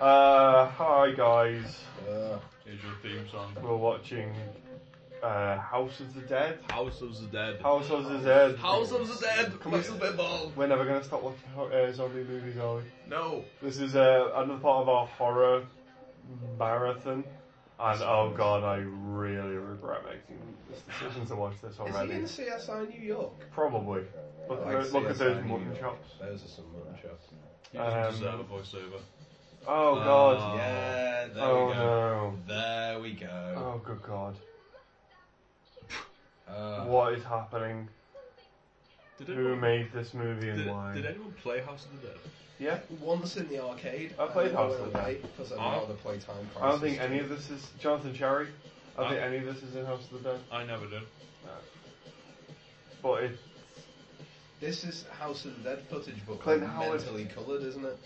Uh, hi guys. Uh, Here's your theme song. We're watching uh, House of the Dead. House of the Dead. House of the Dead. House of the Dead. Come Place on. of the ball. We're never gonna stop watching hor- uh, zombie movies, are we? No. This is uh, another part of our horror marathon. And oh god, I really regret making this decision to watch this Is he already. in CSI New York? Probably. Look, I like at, look at CSI those New mutton York. chops. Those are some mutton chops. He doesn't Um, deserve a voiceover. Oh god. Yeah, there oh we go. no. There we go. Oh good god. Uh, Oh. What is happening? Did Who anyone, made this movie and did, why? did anyone play House of the Dead? yeah? once in the arcade. uh, I played House of the Dead. because Huh? I know the playtime crisis. I don't think any of this is Jonathan Cherry. I don't Huh? think any of this is in House of the Dead. I never did. But it, This is House of the Dead footage, but Clint like, Howard. mentally coloured, isn't it?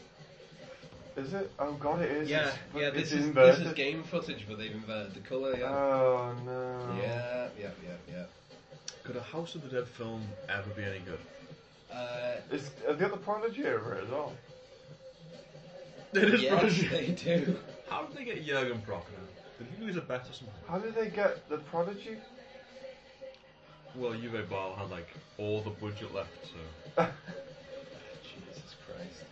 is it? Oh god, it is. Yeah, It's- yeah. it's This is inverted. this is game footage, but they've inverted the colour. Yeah, Oh no. yeah, yeah, yeah, Could a House of the Dead film ever be any good? yeah. Uh, Is, have they got the Prodigy over it as well? It is yes, Prodigy. they do. How did they get Jurgen Prochnow? Did he lose a bet or something? How did they get the Prodigy? Well, Uwe Ball had like all the budget left, so Jesus Christ.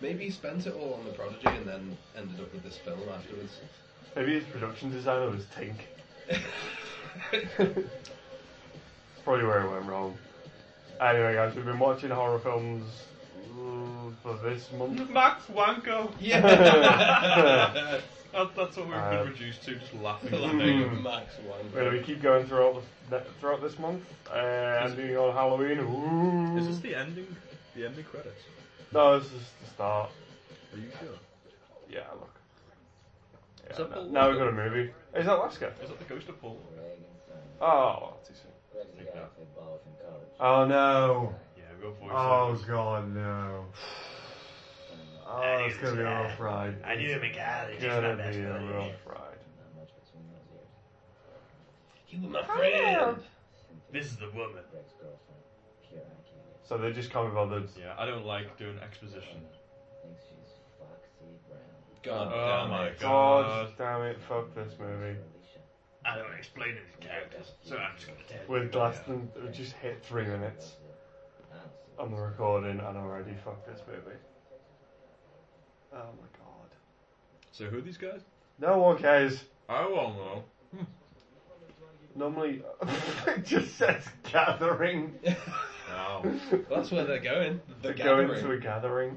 Maybe he spent it all on the Prodigy and then ended up with this film afterwards. Maybe his production designer was Tink. That's probably where it went wrong. Anyway, guys, we've been watching horror films mm, for this month. Max Wanko. Yeah. That, that's what we've Uh, been reduced to, just laughing at The that Hmm. nigga. Lego Max one. We're gonna be keep going throughout the, throughout this month. Uh, and doing it on Halloween. Ooh. Is this the ending? The ending credits? no, this is the start. Are you sure? Yeah, look. Yeah, Is that no- Paul now we've got a Walker? movie. Is that Lasker? Is that the ghost of Paul? Oh, that's too soon. Take that. Oh no. Yeah, we've got Oh voiceovers. god, no. Oh, it's gonna be a rough ride. I knew him again. It's gonna be a rough ride. You were my friend. So they just can't be bothered. Yeah, I don't like doing exposition. God Oh damn my it. god. God damn it, fuck this movie. I don't explain any characters, so I'm just gonna tell you. With less than, we just hit three minutes on the recording and already fucked this movie. Oh my god. So who are these guys? No one cares. I won't know. Normally, it just says gathering. No. That's where they're going. The They're gathering. going to a gathering.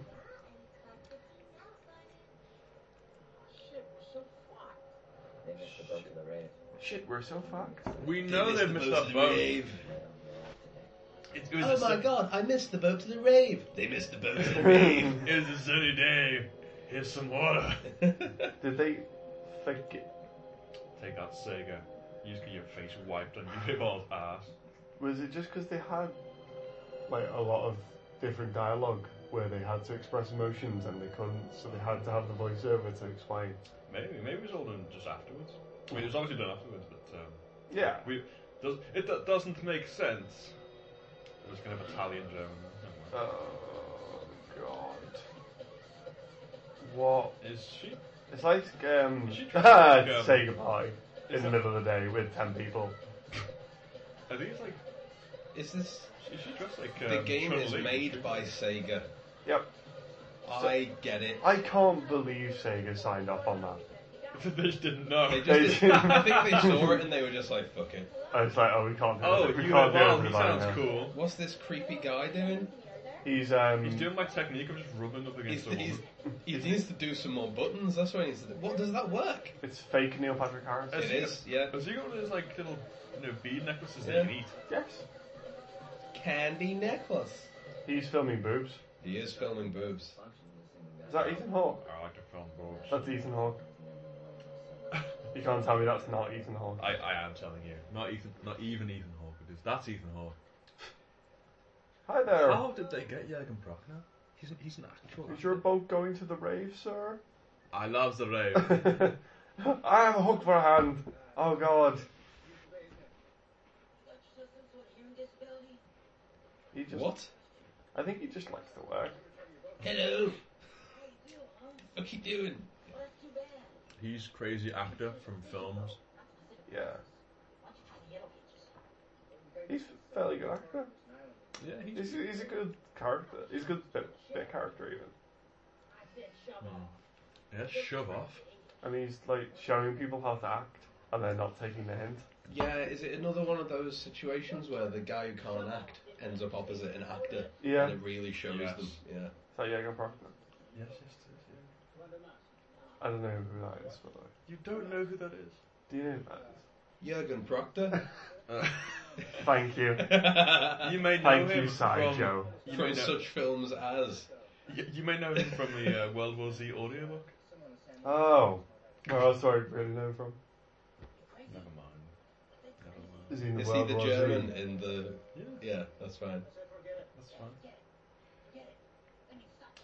Shit, we're so fucked. We know they've missed that boat. It, it was Oh a, my sun- god, I missed the boat to the rave. They missed the boat to the rave. It was a sunny day. Here's some water. Did they fake it? Take that, Sega. You just get your face wiped on your big old ass. Was it just because they had like a lot of different dialogue where they had to express emotions and they couldn't, so they had to have the voiceover to explain? Maybe, maybe it was all done just afterwards. I mean, it was obviously done afterwards, but um, Yeah. we does it do- doesn't make sense. It was kind of Italian German. don't worry. Oh god. What? Is she? It's like um, Is she trying to, like, um, say goodbye in is the that- middle of the day with ten people. I think it's like. Is this Is she dressed like? Um, the game is Chun-Li? made by Sega? Yep. I get it. I can't believe Sega signed off on that. they just didn't know. They just, They- I think they saw it and they were just like, "Fuck it." I was like, oh, we can't do Oh, it. We you can't do well, it. he without sounds him. cool. What's this creepy guy doing? He's um. He's doing my technique of just rubbing up He's, against the he's, wall. he needs to do some more buttons. That's what he needs to do. What does that work? It's fake Neil Patrick Harris. Has It he is, yeah. got- Has he got one of those like little, you know, bead necklaces Yeah. that you can eat? Yes. Candy necklace. He's filming boobs. He is filming boobs. Is that Ethan Hawke? I like to film boobs. That's Ethan Hawke. You can't tell me that's not Ethan Hawke. I, I am telling you, not Ethan, not even Ethan Hawke. It is that's Ethan Hawke. Hi there. How did they get Jürgen Prochnow? He's an, he's an actual. Is your boat going to the rave, sir? I love the rave. I have a hook for a hand. Oh God. He just, What? I think he just likes to work. Hello. What you doing? He's crazy actor from films. Yeah. He's a fairly good actor. Yeah, He's, he's a good character. He's a good bit, bit of character, even. yeah, shove off. And he's like showing people how to act, and they're not taking the hint. Yeah, is it another one of those situations where the guy who can't act ends up opposite an actor? Yeah. And it really shows Yes. them. Yeah. So yeah, go Proctor. Yes, yes, yes. I don't know who that is, but like, You don't know who that is. do you know who that is? Jurgen Proctor Thank you. Uh, you may know Thank him you, Sai from, Joe. You may, from know, such films as. you, you may know him from the uh, World War Z audiobook. Oh. Where else do I really know him from? Never mind. Never mind. Is he in the Is he World the War Z? German in the? Yeah, Yeah, that's fine. that's fine.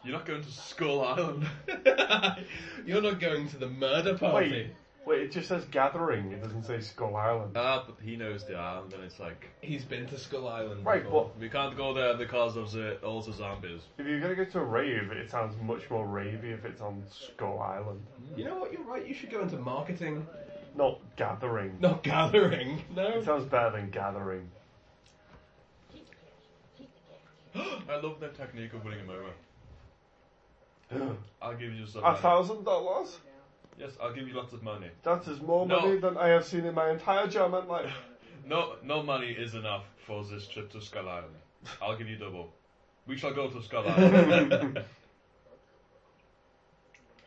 You're not going to Skull Island. You're not going to the murder party. Wait, wait, it just says gathering, it doesn't say Skull Island. Ah, but he knows the island, and it's like He's been to Skull Island. Right, before. but we can't go there because of the all the zombies. if you're gonna go to a rave, it sounds much more ravey if it's on Skull Island. You know what? You're right. You should go into marketing, Not gathering. not gathering. No. It sounds better than gathering. I love the technique of winning him over. I'll give you some. A Money. thousand dollars? Yes, I'll give you lots of money. That is more No. money than I have seen in my entire German life. No, no money is enough for this trip to Skull Island. I'll give you double. We shall go to Skull Island.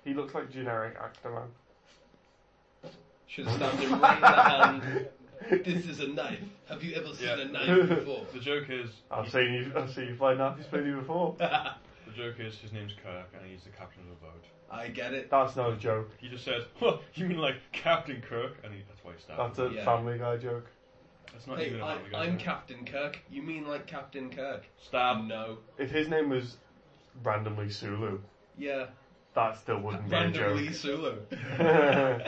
He looks like generic actor man. Should stab him right in the hand. This is a knife. Have you ever seen Yeah. a knife before? the joke is, I've seen you. I've seen you fly knife. He's played you before. the joke is, his name's Kirk, and he's the captain of the boat. I get it. That's not a joke. He just says, huh, "You mean like Captain Kirk?" And he, that's why he stabbed. That's him. a Yeah. Family Guy joke. That's not Hey, even a I, Family Guy I'm joke. Captain Kirk. You mean like Captain Kirk? Stab. no. If his name was randomly Sulu, Yeah. that still wouldn't be a Randomly joke. Sulu.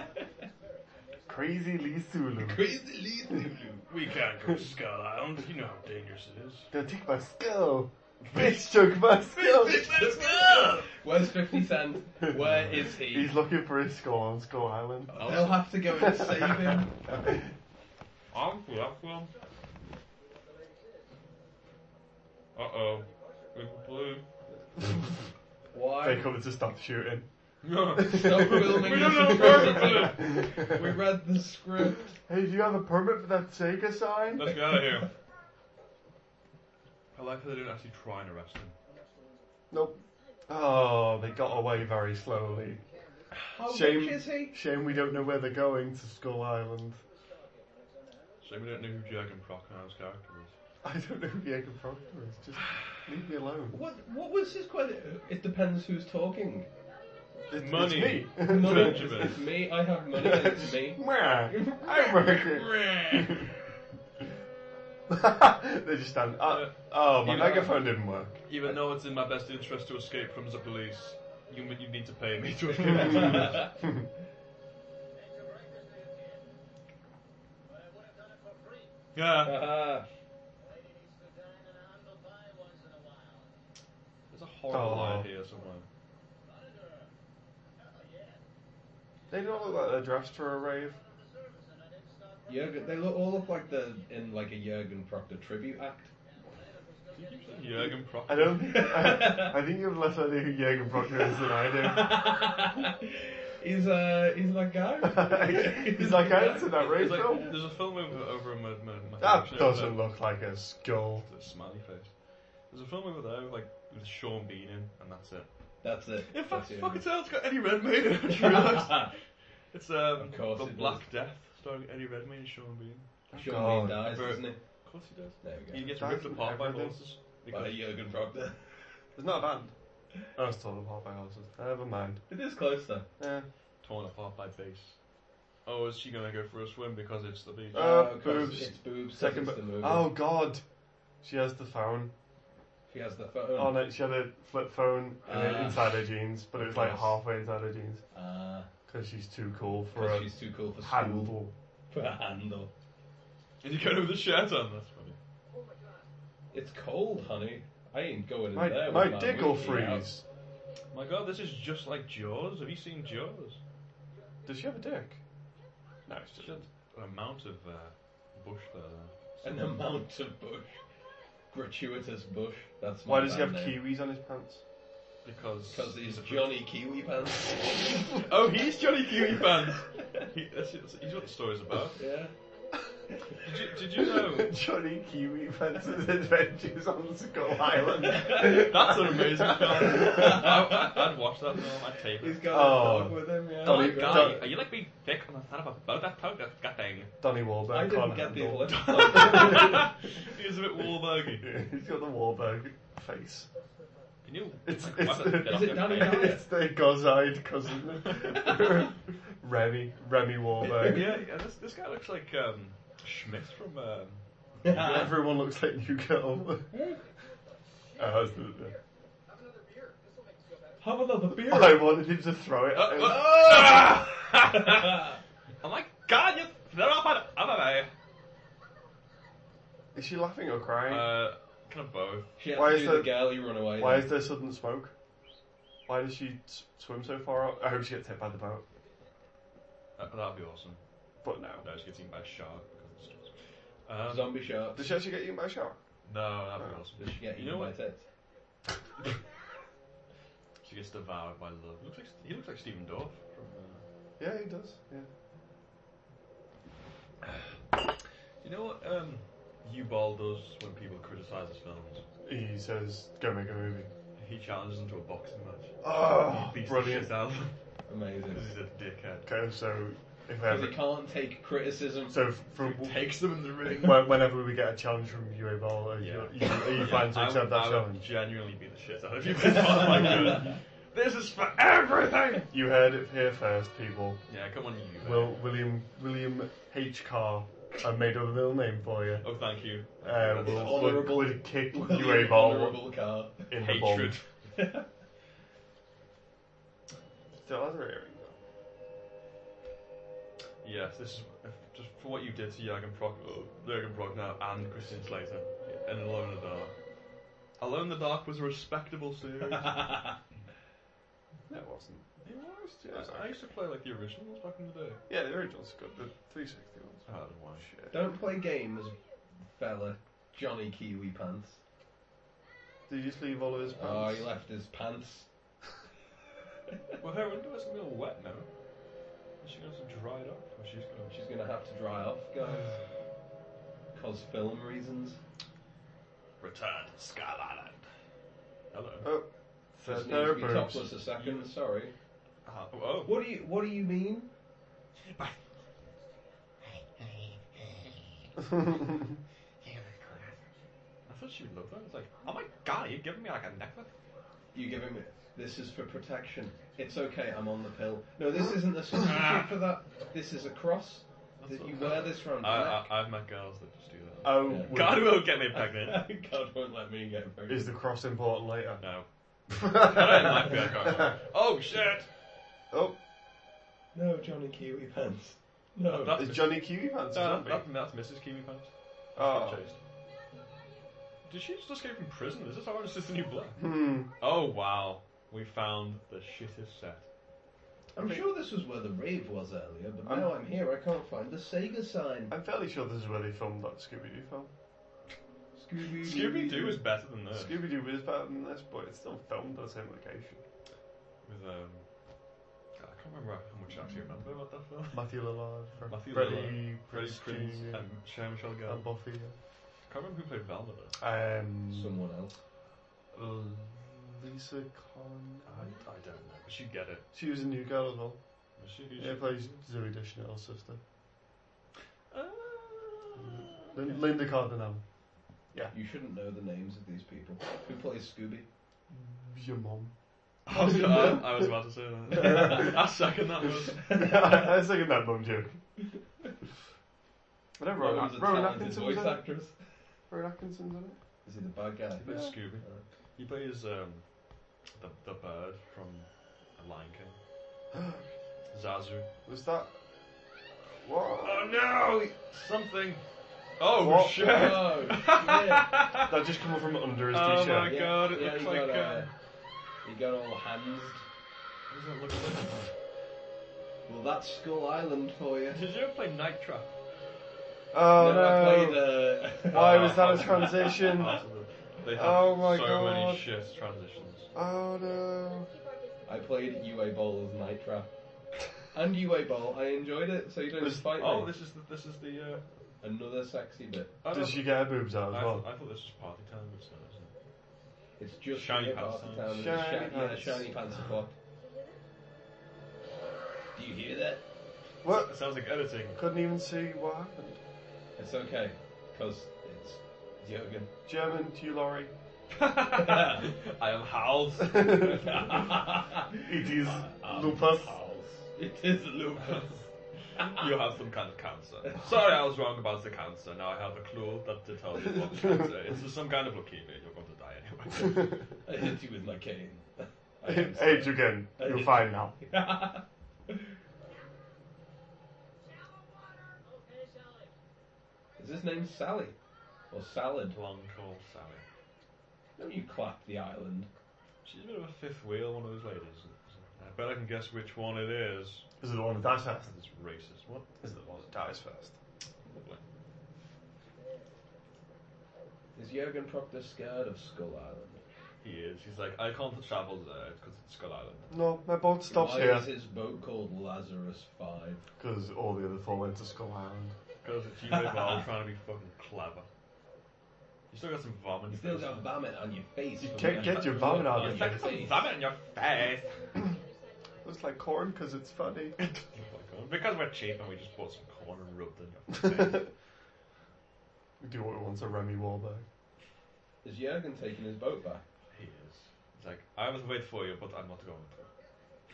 Crazy Lee Sulu. Crazy Lee Sulu. We can't go to Skull Island. You know how dangerous it is. Don't take my skull. Bitch took my skull. Let's go! Where's 50 Cent? Where is he? He's looking for his skull on Skull Island. Oh. They'll have Oh, to go and save him. I'm Fluffy. Uh oh. We blue. They Why? come to stop shooting. Stop filming We this don't know is where crazy. we're We read the script. Hey, do you have a permit for that Sega sign? Let's get out of here. I like how they don't actually try and arrest him. Nope. Oh, they got away very slowly. How Shame. rich is he? Shame we don't know where they're going to Skull Island. So we don't know who Jurgen Prochnow's character is. I don't know who Jacob Proctor is. Just leave me alone. What What was his credit? It depends who's talking. It's, Money. It's None me. of it's, it's me. I have money. and It's me. Meh. I'm working. they just stand. Uh, oh, my You know- megaphone didn't work. Even though it's in my best interest to escape from the police, you, you need to pay me to escape from the police. Yeah. Ah, There's a horrible Oh. line here somewhere. They don't look like they're dressed for a rave. Jurgen. They look all look like they're in like a Jurgen Proctor tribute act. Jurgen Prochnow. I don't. I, I think you have less idea who Jacob Proctor is than I he's uh, he's that guy. do. He's like, I answered that rave There's, like- film. there's a film over, over in my, my, my That Ah, collection over doesn't there. look like a skull. The smiley face. There's a film over there like with Sean Bean in, and that's it. That's it. In fact, That's it. fucking hell, it's got Eddie Redmayne in it. I just realised. It's um, Of course the it Black does. Death, starring Eddie Redmayne and Sean Bean. Sean God. Bean dies, Bro. doesn't he? Of course he does. There we go. He gets That's ripped apart by everything. horses. By Because Jurgen Proctor. It's not a band. I was told about by houses. Never mind. It is close though. Eh. torn apart by bass. Oh, is she gonna go for a swim because it's the beach? Uh, Oh, 'cause boobs. It's boobs. 'cause Second. it's bu- the movie. oh God. She has the phone. She has the phone. Oh no, she had a flip phone in her- Ah. inside her jeans, but it was like Yes. halfway inside her jeans Ah, because she's too cool for 'cause a she's too cool for school. handle. For a handle. And you go with the shirt on. That's funny. It's cold, honey. I ain't going in My, there. my with dick will wiki out. freeze. My god, this is just like Jaws. Have you seen Jaws? Does she have a dick? No, it's just. There's an amount of uh, bush there. though. An amount of bush. Gratuitous bush. That's my Why does he have band name. kiwis on his pants? Because Because he's Johnny Kiwi Pants. oh, he's Johnny Kiwi Pants. he, that's, that's- he's what the story's about. yeah. Did you, did you know? Johnny Kiwi Fence's Adventures on Skull Island. That's an amazing film. I, I, I'd watch that film. I'd tape He's it. got Oh. a dog with him, yeah. Don't My even- guy, don't- are you like being thick on the side of a boat? That poke, that that thing. Donny Wahlberg. I didn't can't get the handle- lift. He's a bit Wahlbergy. He's got the Wahlberg face. Can you? It's- like, it's wipe the- that bit Is off it your Danny face? Dyer? it's the gozide cousin. Remy. Remy Wahlberg. Yeah, yeah. This, this guy looks like um, Schmidt from. Um, Everyone looks like New Girl. Uh, Have another beer. I wanted him to throw it at him. Uh, oh my god, you they're off on MMA. Is she laughing or crying? Uh, kind of both. She has Why to is do the- the girl you run away. Why with. is there sudden smoke? Why does she s- swim so far out? I hope she gets hit by the boat. That, Uh, that'd be awesome. But no. No, she gets eaten by a shark. because it's- Um, zombie shark? Did she actually get eaten by a shark? no, that'd be Oh. awesome. Does she get you know eaten by what? tits? She gets devoured by love. He looks like, he looks like Stephen Dorff. From, uh, Yeah, he does. Yeah. you know what um, U-Ball does when people criticise his films? He says, "Go make a movie." He challenges them to a boxing match. Oh, Beats the brilliant. shit out of them. Amazing. Because he's a dickhead. Okay, so if Because ever, he can't take criticism. so f- from Takes them in the ring. when- whenever we get a challenge from UA Ball, are you, Yeah. are you, are you Yeah, fine to I accept would- that I Would challenge? genuinely beat the shit out of you. It's not like a- this is for everything. You heard it here first, people. Yeah, come on, you. Will William William H Carr, I made up a middle name for you. Oh, thank you. Uh, That's will, would, honourable. would kick UA William Ball Honourable car. in the ball. hatred. Still has her earring though. Yes, this is just for what you did to Jurgen Prock, oh, Jurgen Prock now and Christian Slater in Alone in the Dark. Alone in the Dark was a respectable series. it No, it wasn't. was. Yeah, I used to play like the originals back in the day. Yeah, the original's good. The 360 ones. Oh, why? Shit. Don't play games, fella. Johnny Kiwi Pants. Did you just leave all of his pants? Oh, he left his pants. Well, her window isn't real wet now. Is she going to dry it up, or she's going to? She's gonna have to dry off, guys. Cause film reasons. Return to Skull Island. Hello. Oh, third Just need pair to of be boobs. topless a second. Sorry. Uh, oh. What do you What do you mean? I thought she would love that. It's like, oh my god, you're giving me like a necklace? You give him. This is for protection. It's okay. I'm on the pill. No, this isn't a substitute for that. This is a cross that you wear this round I, your I, neck. I've met girls that just do that. Oh, Yeah. would- god will get me pregnant. God won't let me get married. is the cross important later? no. I don't like that guy. Oh shit! oh, No, Johnny Kiwi pants. No. That- is Johnny Kiwi pants? a Uh, That, zombie? that, that's Mrs. Kimi Pants. Oh. Chased. Did she just escape from prison? Is this Orange is the New Black? Hmm. Oh wow. We found the shittest set. I'm sure this was where the rave was earlier, but I'm- now I'm here. I can't find the Sega sign. I'm fairly sure this is where they filmed that Scooby Doo film. Scooby Scooby Doo is better than this. Scooby Doo is better than this, but it's still filmed at the same location. With um, God, I can't remember how much I actually remember about that film. Matthew Lillard, Fre- Matthew Freddie Lillard, Freddie Prinze Prinze Jr. and Sarah Michelle Gellar. and Buffy. can't remember who played Velma though. Um, Someone else. Lisa Con. uh, I, I don't know. But she'd get it. She was a new girl as well. Was she? Yeah, plays Zoe Deschanel's sister. Uh, Lin- Linda Cardinale. You shouldn't know the names of these people. Who plays Scooby? Your mom. I, was, I, I was about to say that. I second that was. I was thinking that mum joke. Whatever. Rowan, Rowan's a Rowan, Rowan talented Atkinson's voice in it. actress. Rowan Atkinson's in it. Is he the bad guy? He plays Scooby. uh, He plays um, the the bird from The Lion King. Zazu. Was that? What? Oh no! Something. Oh What? shit! Oh, shit. That just come from under his Oh t-shirt. my God, it looks you like, got, uh, You got all hands. What does it look like? Well, that's Skull Island for you. Did you ever play Night Trap? Oh I no! Oh, played, uh, Why was that a transition? Possible. Oh. They have Oh my so God. many shit transitions. Oh no! I played UA Bowl as Night Trap. And UA Bowl, I enjoyed it, so you don't This- fight oh, me. this is the, this is the. Uh, Another sexy bit. I Did don't- she get her boobs out I, as thought, well? I thought this was party time. But so isn't it? It's just Shiny a bit pants. after town. Shiny Shiny, yeah, pants. shiny pants are fucked. Do you hear that? What? It sounds like editing. Couldn't even see what happened. It's okay, because it's Jürgen. German, do you, Laurie? I am Hals. It is Um, lupus. It is Lupus. You have some kind of cancer. Sorry, I was wrong about the cancer. Now I have a clue that to tell you what cancer. It's just some kind of leukemia. You're going to die anyway. I um, hit you with my cane. I am Age again. You're fine now. sorry. Is his name Sally? Or Salad? Long call, Sally. No, you clap the island. She's a bit of a fifth wheel, one of those ladies. isn't she? I bet I can guess which one it is. Is it the one that dies first? It's racist. What? Is it the one that dies first? Lovely. Is Jürgen Proctor scared of Skull Island? He is. He's like, I can't travel there because it's Skull Island. No, my boat stops Why here is his boat called Lazarus Five? because all the other fall into Skull Island. Because it's you, Bob, trying to be fucking clever. You still got some vomit. You still face. got vomit on your face. You from can't the- get your vomit out on of It's like your some vomit in your face. Looks like corn because it's funny. because we're cheap and we just bought some corn and rubbed in your face. we do what we want to Remy Wahlberg. Is Jürgen taking his boat back? he is. He's like, I will wait for you, but I'm not going to.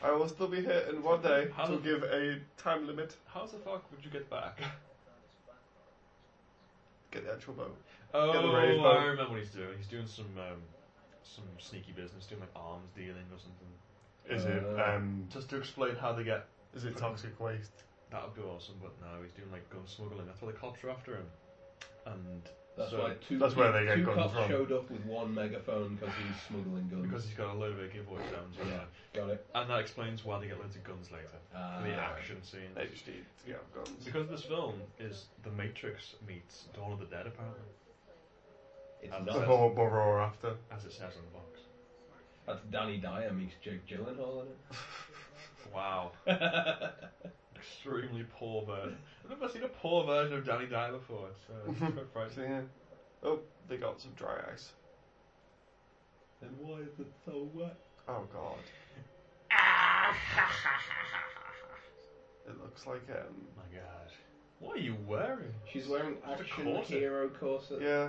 I will still be here in one day How to the- give a time limit. How the fuck would you get back? Get the actual boat. Oh, Get the raised boat. I remember what he's doing. He's doing some um, some sneaky business, doing like arms dealing or something. Is it? Uh. Um, Just to explain how they get. is it toxic waste? That would be awesome, but no, he's doing like gun smuggling. That's why the cops are after him. And That's so- why two, that's where they get two guns cops from. showed up with one megaphone because he's smuggling guns. Because he's got a load of giveaway sounds in yeah, there. got it. And that explains why they get loads of guns later. Ah. the action scene. They just need to get guns. Because this film is The Matrix meets Dawn of the Dead, apparently, It's And not. that's- Before or after. as it says on the box. That's Danny Dyer meets Jake Gyllenhaal in it. Wow. Extremely poor version. I've never seen a poor version of Danny Dyer before. It's, uh, it's quite So, frightening. yeah. Oh, they got some dry ice. Then why is it so wet? Oh god. It looks like um Oh my god. What are you wearing? She's wearing Just a action corset. hero corset, yeah.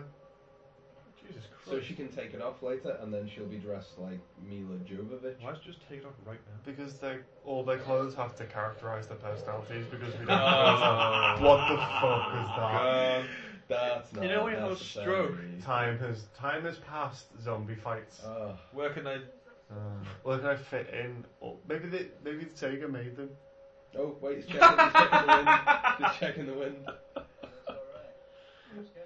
Jesus Christ. so she can take it off later, and then she'll be dressed like Mila Jovovich. Why is it just take it off right now? Because they all their clothes have to characterize their personalities because we don't Oh. know what the fuck is that. That's not You know, we have a necessary. Time has time has passed. Zombie fights. Oh, Where can I? Uh, where can I fit in? Or maybe they maybe Sega made them. oh wait, it's checking, it's checking the wind. It's checking the wind.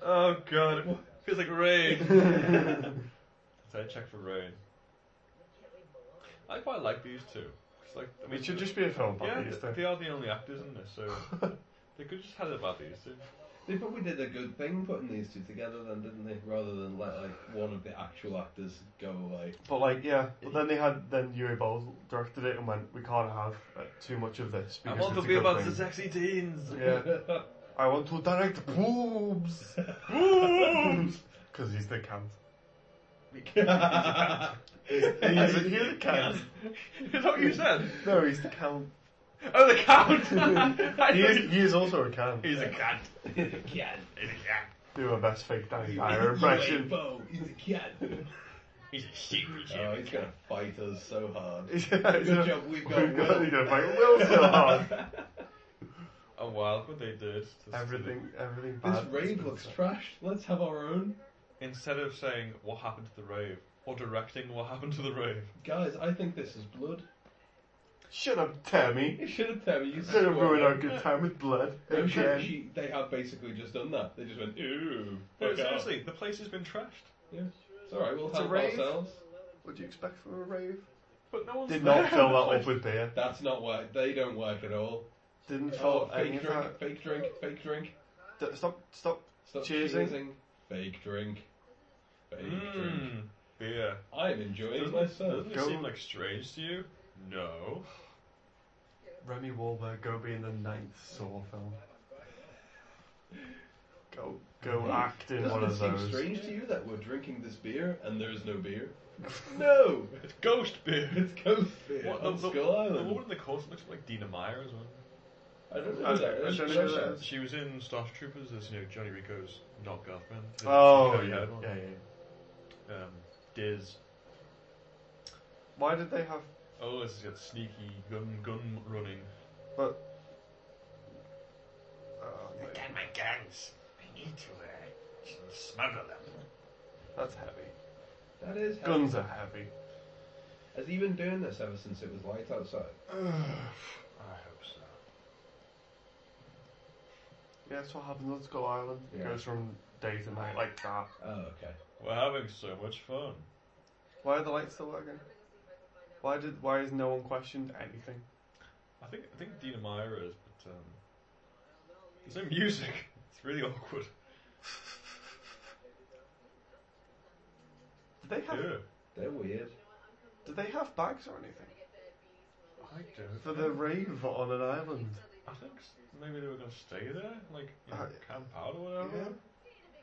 Oh god, it feels like rain. so I check for rain. I quite like these two. It's like I mean, It should just be a film about yeah, these th- they two. are the only actors in this, so they could just have it about these two. They probably did a good thing putting these two together, then, didn't they? Rather than let like one of the actual actors go away. But like yeah, but then they had then Yuri Ball directed it and went, we can't have uh, too much of this I because want it's to a be good about thing. the sexy teens. Yeah. I want to direct boobs. Boobs. Because he's the cunt. He's, He's- he's the cunt. Is that what you said? No, he's the cunt. Oh, the count. I He think- is, he is also a cunt. He's a cat. cat. He's a cat. Do my best fake Danny Dyer impression. UFO. He's a cat. He's a secret. Oh, he's gonna fight us so hard. Good Good job, we've got We've got Will. to fight Will so hard. Oh wow, what they did. to- Everything, everything This bad. rave looks trash. Let's have our own. Instead of saying what happened to the rave or directing what happened to the rave, Oh, Guys, I think this is blood. Shut up, Tammy. You should have told me. You It's gonna swear. ruin our good time with blood. No, she- Again. she- they have basically just done that. They just went, ooh. no, fuck off. seriously, the place has been trashed. Yeah. It's alright, we'll It's a help rave. ourselves. What do you expect from a rave? But no one's Did there. not fill that up with beer. That's not work. They don't work at all. Didn't Oh, fill any fake of drink, that. fake drink, fake drink. D- Stop, stop. Stop Cheersing. cheersing. Fake drink. Fake drink. Mm, beer. I am enjoying Doesn't, it- myself. doesn't Go- it seem like strange to you? No. Remy Wahlberg, go be in the ninth Saw film. Go, go act in Doesn't one it of seem those. strange to you that we're drinking this beer and there is no beer? no! It's ghost beer. It's ghost beer What, on the, the, Skull the Island. woman in the coat looks like Dina Meyer as well. I don't know I- who that I is. don't know who that is. She was in Startroopers as you know Johnny Rico's not girlfriend. Oh, You yeah, know, you yeah, had yeah. one. Um, Diz. Why did they have? Oh, this has got sneaky gun gun running. Oh, Look mate, at my guns. I need to uh, smuggle them. that's heavy. That is how- Guns are heavy. Has he been doing this ever since it was light outside? I hope so. Yeah, that's what happens on Skull Island. It Yeah. goes from day to night like that. Oh, okay. We're having so much fun. Why are the lights still working? Why did? Why has no one questioned anything? I think I think Dina Meyer is, but um, there's no music. It's really awkward. Did they have? Yeah. They're weird. Did they have bags or anything I don't. for the rave on an island? I think s- maybe they were gonna stay there, like you know, Uh, camp out or whatever. yeah.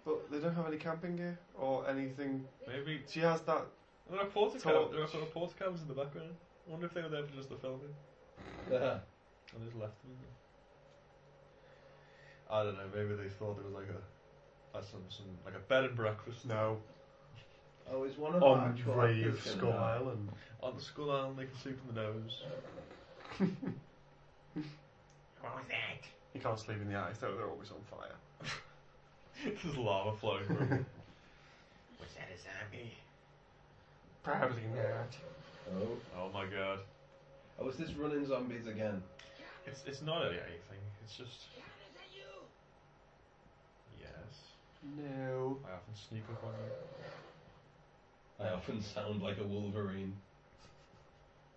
But they don't have any camping gear or anything. Maybe She has that. there are porta So- cam- there are sort of porta cams in the background. I wonder if they were there for just the filming Oh, and just left them. I don't know. Maybe they thought it was like a, a some, some like a bed and breakfast No, oh, is one of our on actual rave actors gonna Skull die? Island. on the skull island. They can sleep in the nose. What was that? You can't sleep in the ice though; they're always on fire. There's lava flowing. From them. Was that a zombie? Probably not. Oh. oh my god! Oh, was this running zombies again? It's it's not really anything. It's just yes. No. I often sneak up on you. I often sound like a wolverine.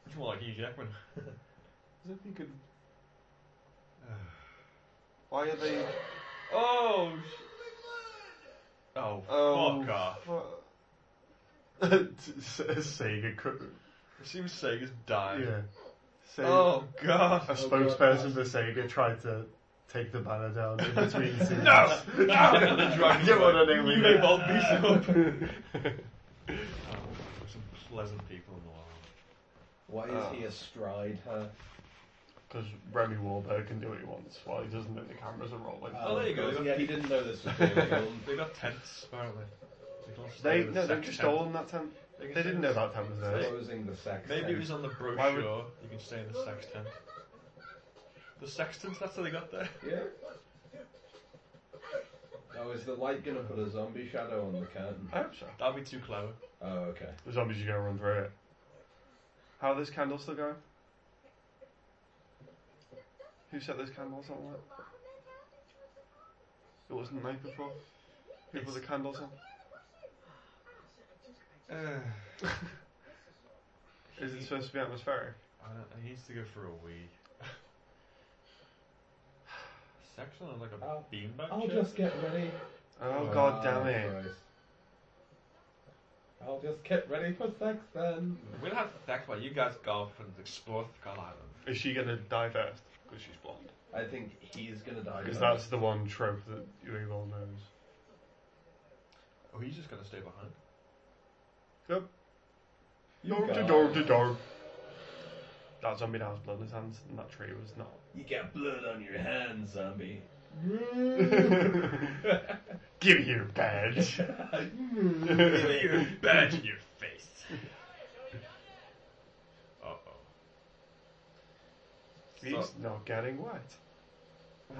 It's more like Hugh Jackman. As if you could. Why are they? Oh. Sh- oh, Oh, fuck off! fu- Sega. cou- It seems Sega's dying. Yeah. Sega. Oh god! A Oh, spokesperson God. for Sega tried to take the banner down in between scenes. No! the dragon's You wanna like, name You it. may well be so. Oh, some pleasant people in the world. Why is Oh. Ah. he astride her? Because Remy Wahlberg can do what he wants while he doesn't know the cameras are rolling. Oh, there you go. of course. Yeah, he didn't know this was being filmed. They got tents, apparently. They can all stay they in the no, they've sex just tent. stolen that tent. They can They stay didn't in the know sex- that tent was theirs. Closing the sex. Maybe it tent. was on the Why would- brochure. You can stay in the sex tent. The sex tent. That's how they got there. Yeah. Oh, is the light gonna put a zombie shadow on the curtain? I hope so. That'd be too clever. Oh, okay. The zombies are going to run through it. How are this candle still going? Who set this candles on lit? It wasn't night before. Who put the candles on? Uh. Is it supposed to be atmospheric? I don't, he needs to go for a wee. sex on like a I'll- beanbag. I'll chair? just get ready. Oh, Uh, god damn it. Ah, Christ. I'll just get ready for sex then. We'll have sex while you guys golf and explore Skull Island. Is she gonna die first? Because she's blonde. I think he's gonna die. Because first. that's the one trope that you all knows. Oh, he's just gonna stay behind. Yep. You Dorm to guys. dorm to dorm. That zombie now has blood in his hands, and that tree was not. You got blood on your hands, zombie. Mm. Give me your badge. Give me your badge in your face. Uh oh. He's not getting wet.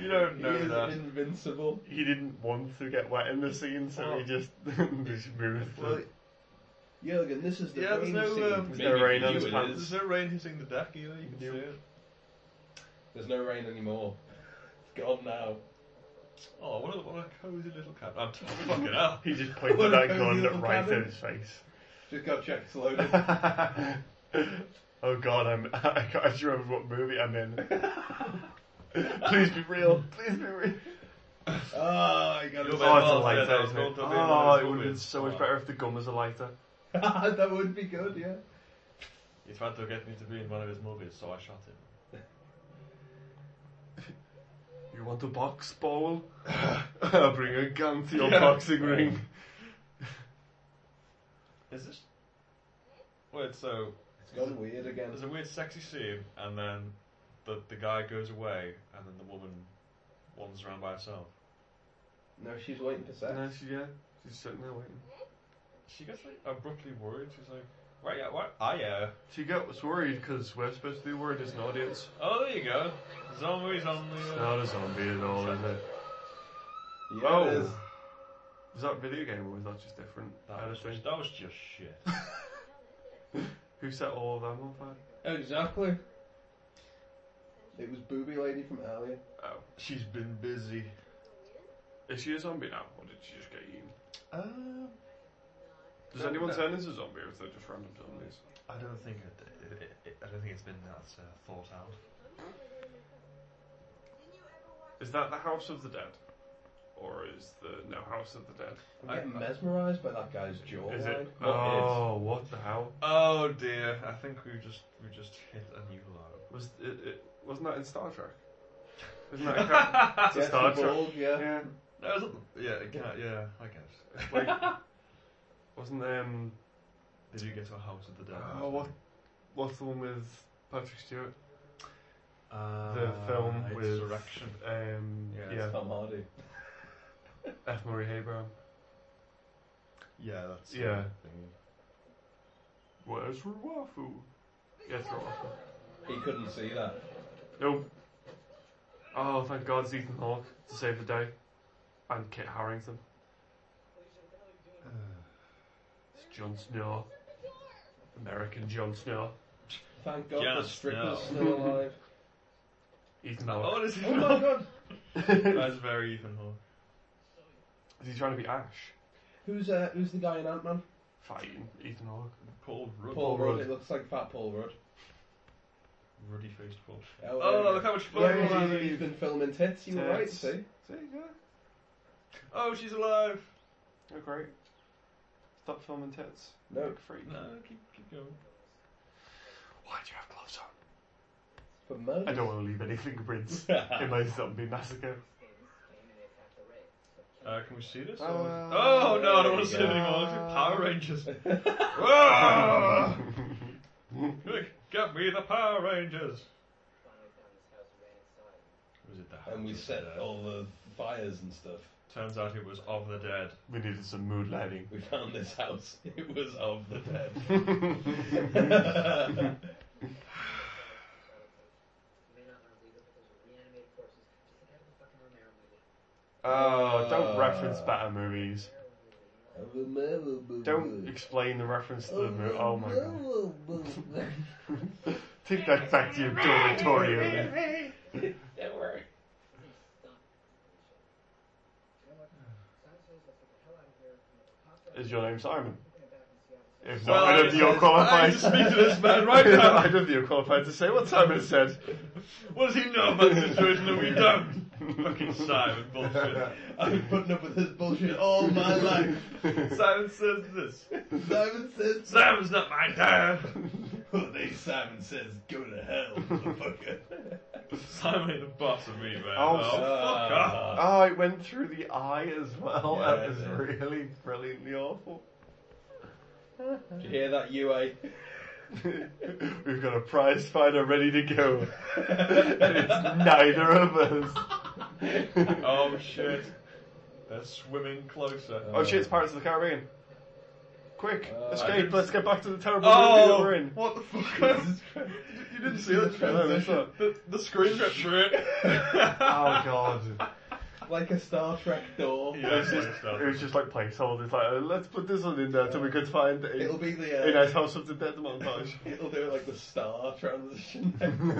you don't He know is that. invincible. He didn't want to get wet in the scene, so he Oh. just just moved. Well, it. Jurgen, this is the Yeah, there's rain no, scene. um, There's Maybe no rain for on you his it pants. Is is. there rain hitting the deck either? You can see Nope. it. There's no rain anymore. It's gone now. Oh, what a, what a cozy little cat. I'm t- fucking hell. He just pointed What a that cozy gun little right cabin. in his face. Just gotta check it's loaded. oh god, I'm, I can't just remember what movie I'm in. Please be real. Please be real. Ah, you You're Oh, it's my a gotta. last lighter. letter, isn't don't it? tell me Oh, what it would it's have called. been so much better if the gun was a lighter. that would be good, yeah. He tried to get me to be in one of his movies, so I shot him. You want a box bowl? Bring a gun to your boxing ring. Is this? Wait, so It's gone weird again. there's a weird sexy scene, and then the the guy goes away, and then the woman wanders around by herself. No, she's waiting for sex. No, she, yeah, she's sitting there waiting. She gets like abruptly worried. She's like, "Right, yeah, what? Ah, yeah. She gets worried because we're supposed to be worried as an audience. Oh, there you go. Zombies on It's the. Uh, not a zombie at all, is it? Yeah, Oh. it is. Was that video game or was that just different? I that, was, don't think. that was just shit. Who set all of them on fire? Exactly. It was Booby Lady from earlier. Oh. She's been busy. Is she a zombie now, or did she just get eaten? Um, Does No, anyone no. turn into a zombie, or is they just random zombies? I don't think it, it, it, I don't think it's been that uh, thought out. Is that the House of the Dead, or is the no House of the Dead? I'm I- getting mesmerised by that guy's jawline. Is it? What oh, what the hell? Oh dear, I think we just we just hit a new low. Was it, it? Wasn't that in Star Trek? Isn't that a character? it's a Yes, Star the Trek? bulge, yeah. Yeah. That was a, yeah, I guess- yeah, I guess. It's like, wasn't um, Did you get to a house of the dead? Oh, what- what's the one with Patrick Stewart? Uh, The film with Insurrection. um, Yeah, yeah, It's Tom Hardy. F. Murray Haybrand. Yeah, that's Yeah. Thing. Where's Ruafu? Yes, Ruafu. He couldn't see that. Nope. Oh, thank God it's Ethan Hawke to save the day. And Kit Harrington. Uh, It's Jon Snow. American Jon Snow. Thank God the Just stripper's now. still alive. Ethan Oh, Hawke. this is oh my God! that's very Ethan Hawke. Oh. Is he trying to be Ash? Who's uh, who's the guy in Ant Man? Fighting Ethan Hawke. Paul Rudd. Paul Rudd. Rudd. It looks like fat Paul Rudd. Ruddy faced Paul. Oh, Oh, yeah. look how much Yeah, fun he's- yeah, yeah, yeah. he's been filming tits. You were right. Tits. See, See, yeah. Oh, she's alive. You're great. Stop filming tits. No. You're a freak. No, keep keep going. Why do you have gloves on? for murder. I don't want to leave any fingerprints in my zombie massacre. Uh, can we see this? or- Uh, oh no, I don't want to see there it you anymore. go. It's like Power Rangers. Ah! Quick, Get me the Power Rangers. Was it the house and we of the set dead? all the fires and stuff. Turns out it was of the dead. we needed some mood lighting. We found this house. It was of the dead. Oh, don't Uh, reference better movies. Don't Don't explain the reference to the movie. Oh my god. Take that back to your dormitory. Don't worry. Is your name Simon? If Well, not, I I don't think you're said- I qualified. need to speak to this man right now. I don't think you're qualified to say what Simon said. What does he know about the situation that we don't? Fucking Simon bullshit. I've been putting up with this bullshit all my life. Simon says this. Simon says, Simon's not my dad. well, they Simon says, go to hell, motherfucker. Simon ain't the boss of me, man. Oh, Oh, fuck Ah. off. Oh, it went through the eye as well. Yeah, that was it did. really brilliantly awful. Did you hear that, UA? We've got a prize fighter ready to go. and it's neither of us. Oh shit. They're swimming closer. Oh shit, it's Pirates of the Caribbean. Quick, Uh, I escape, let's get back to the terrible movie that Oh, we're in. what the fuck? you didn't see that transition. The, the screen went through it. Oh god. Like a Star Trek door. It was just, it was just like placeholders, like, uh, let's put this one in there till we could find a, It'll be the, uh, a nice house of the dead montage. It'll do it like the star transition. And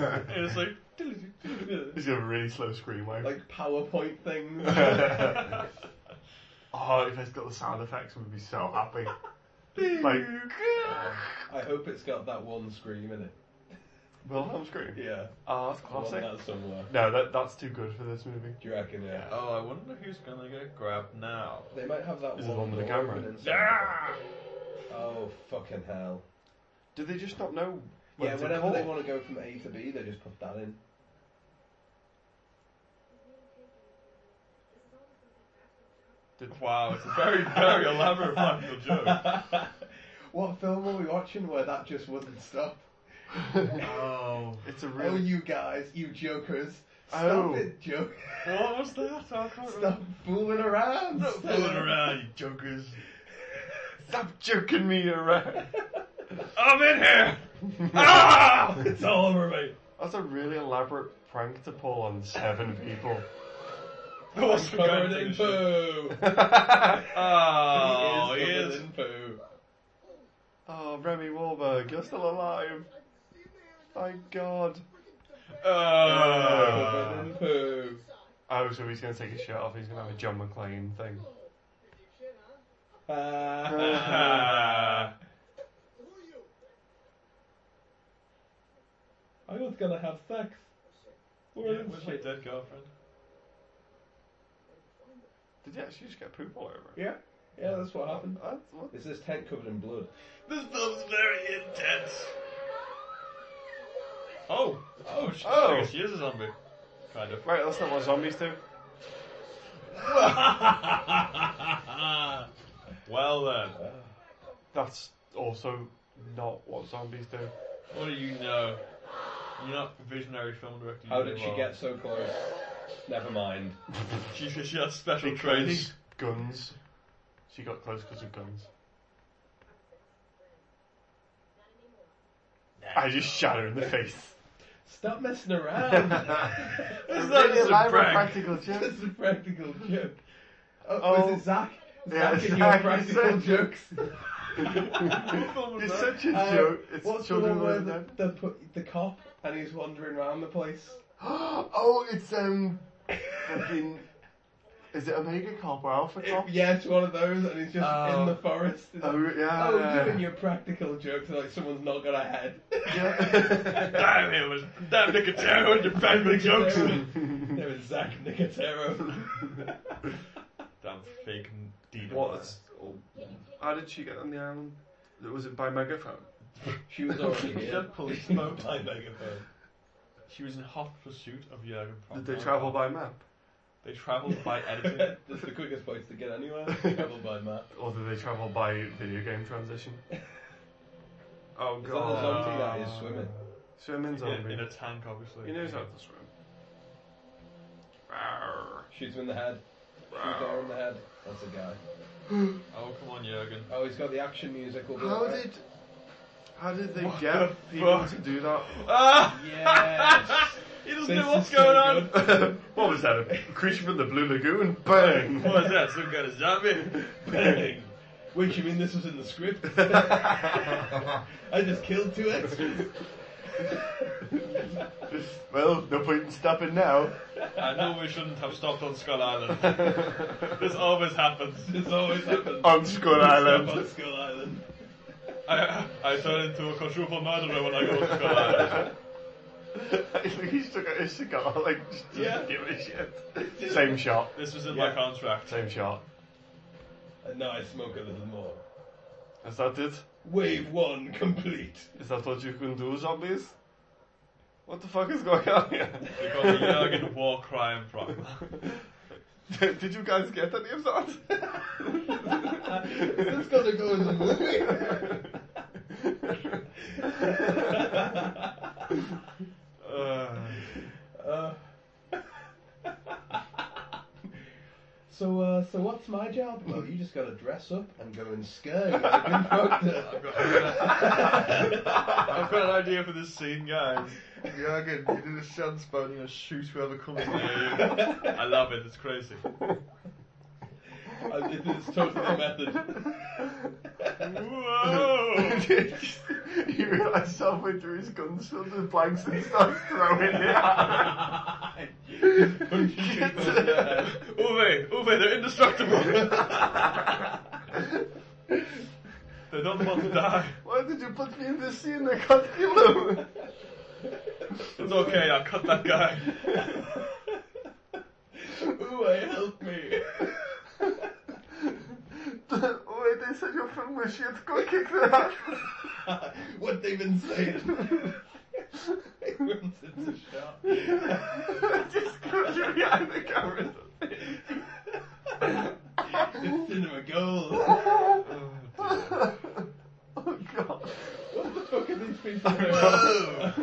it's like, He's got a really slow scream wave. like PowerPoint things. oh, if it's got the sound effects, we'd be so happy. like, I hope it's got that one scream in it. Wilhelm scream. Yeah, Oh, that's I want classic. that somewhere. No, that, that's too good for this movie. Do you reckon? Yeah. Oh, Oh, I wonder who's gonna get grabbed now. They might have that Is it one. the one with the door camera? open inside. Ah! Oh fucking hell! Do they just not know? what yeah, to whenever call they it? want to go from A to B, they just put that in. Wow, it's a very, Oh, very elaborate practical joke. what film were we watching where that just wouldn't stop? Oh. It's a Oh, really. you guys, you jokers! Stop Oh. it, joke! What was that? I can't Stop fooling around! Stop fooling around, you jokers. Stop joking me around. I'm in here! Ah! It's all over me. That's a really elaborate prank to pull on seven people. The Oscar Covered in competition. poo. Oh, he is covered he is. in poo. Oh, Remy Wahlberg, you're still alive. Thank God. Covered Oh. in poo. Oh, so he's going to take his shirt off. He's going to have a John McClane thing. Ah. I was gonna have sex. Where Yeah, is where's my she? dead girlfriend? Did he actually just get poop all over him? Yeah, yeah, that's what happened. That's- what- Is this tent covered in blood? This film's very intense. Oh, oh, she, Oh. I guess she is a zombie. Kind of. Right, that's not what zombies do. well then, That's also not what zombies do. what do you know? You're not visionary film director. you How do did she well. get so close? Never mind. She, she has special She created traits. guns. She got close because of guns. I just shot her in the face. Stop messing around. It's Really not just a elaborate prank. practical joke. This is a practical joke. Oh, Oh. Was it Zach? Yeah, Zach and your Zach, practical Zach. jokes. What film was It's that? such a Uh, joke. It's what's the children one where with the, the, pu- the cop and he's wandering around the place? Oh, it's um, fucking. Is it Omega Cop or Alpha Cop? Yeah, it's one of those, and he's just Oh. in the forest. He's Oh like, yeah. oh, you and your practical jokes are like someone's not got a head. Yeah. Damn it was damn Nicotero and your bad jokes. Nicotero. there was Zach Nicotero. Damn fake demon. What? Oh, How did she get on the island? Was it by megaphone? she was already She here. had police boat. By megaphone. She was in hot pursuit of Jurgen. Did they travel by map, They travelled by editing. That's the quickest place to get anywhere. Travel by map. or did they travel by video game transition? Oh It's not a god. zombie that is swimming. Swimming in, zombie. in a tank, obviously. He knows how to swim. Rawr, Shoots him in the head. Shoots her in the head. That's a guy. Oh come on, Jurgen. Oh, he's got the action music. We'll be How alright. did? How did they What get the people fuck? to do that? Ah! Yes. he doesn't This know what's is so going on. good. what was that? A creature from the Blue Lagoon? Bang! What is that? Some kind of zombie? Bang. Wait, you mean this was in the script? I just killed two extras. well, no point in stopping now. I know we shouldn't have stopped on Skull Island. This always happens. This always happens. On Skull On Island. Skull Island. I, I turn into a quadruple murderer when I go to Skull Island. He's stuck at his cigar, like, just doesn't Yeah. give a shit. Same shot. This was in my Yeah. contract. Same shot. And now I smoke a little more. Is that it? Wave one complete. Is that what you can do, zombies? What the fuck is going on here? We got the Jurgen war crime problem. Did you guys get any of This gotta go in the movie. Uh, Uh, so, uh, so what's my job? Well, you just gotta dress up and go and scare you. like in I've, Proctor. got, I've got an idea for this scene, guys. Jurgen, you do the sunspot, you're gonna shoot whoever comes near you. I love it, it's crazy. Uh, it is totally a method. Whoa! you realize halfway through his gun's filled with blanks and starts throwing it at Uwe, Uwe, they're indestructible. they don't want to die. Why did you put me in this scene? I can't kill him. It's okay, I'll cut that guy. Uwe, help me. Wait, they said you're from the shit. Go kick their ass. what they been saying? I went into shock. Just go to behind the camera. it's cinema gold. Oh god. what the fuck are these people doing? Whoa.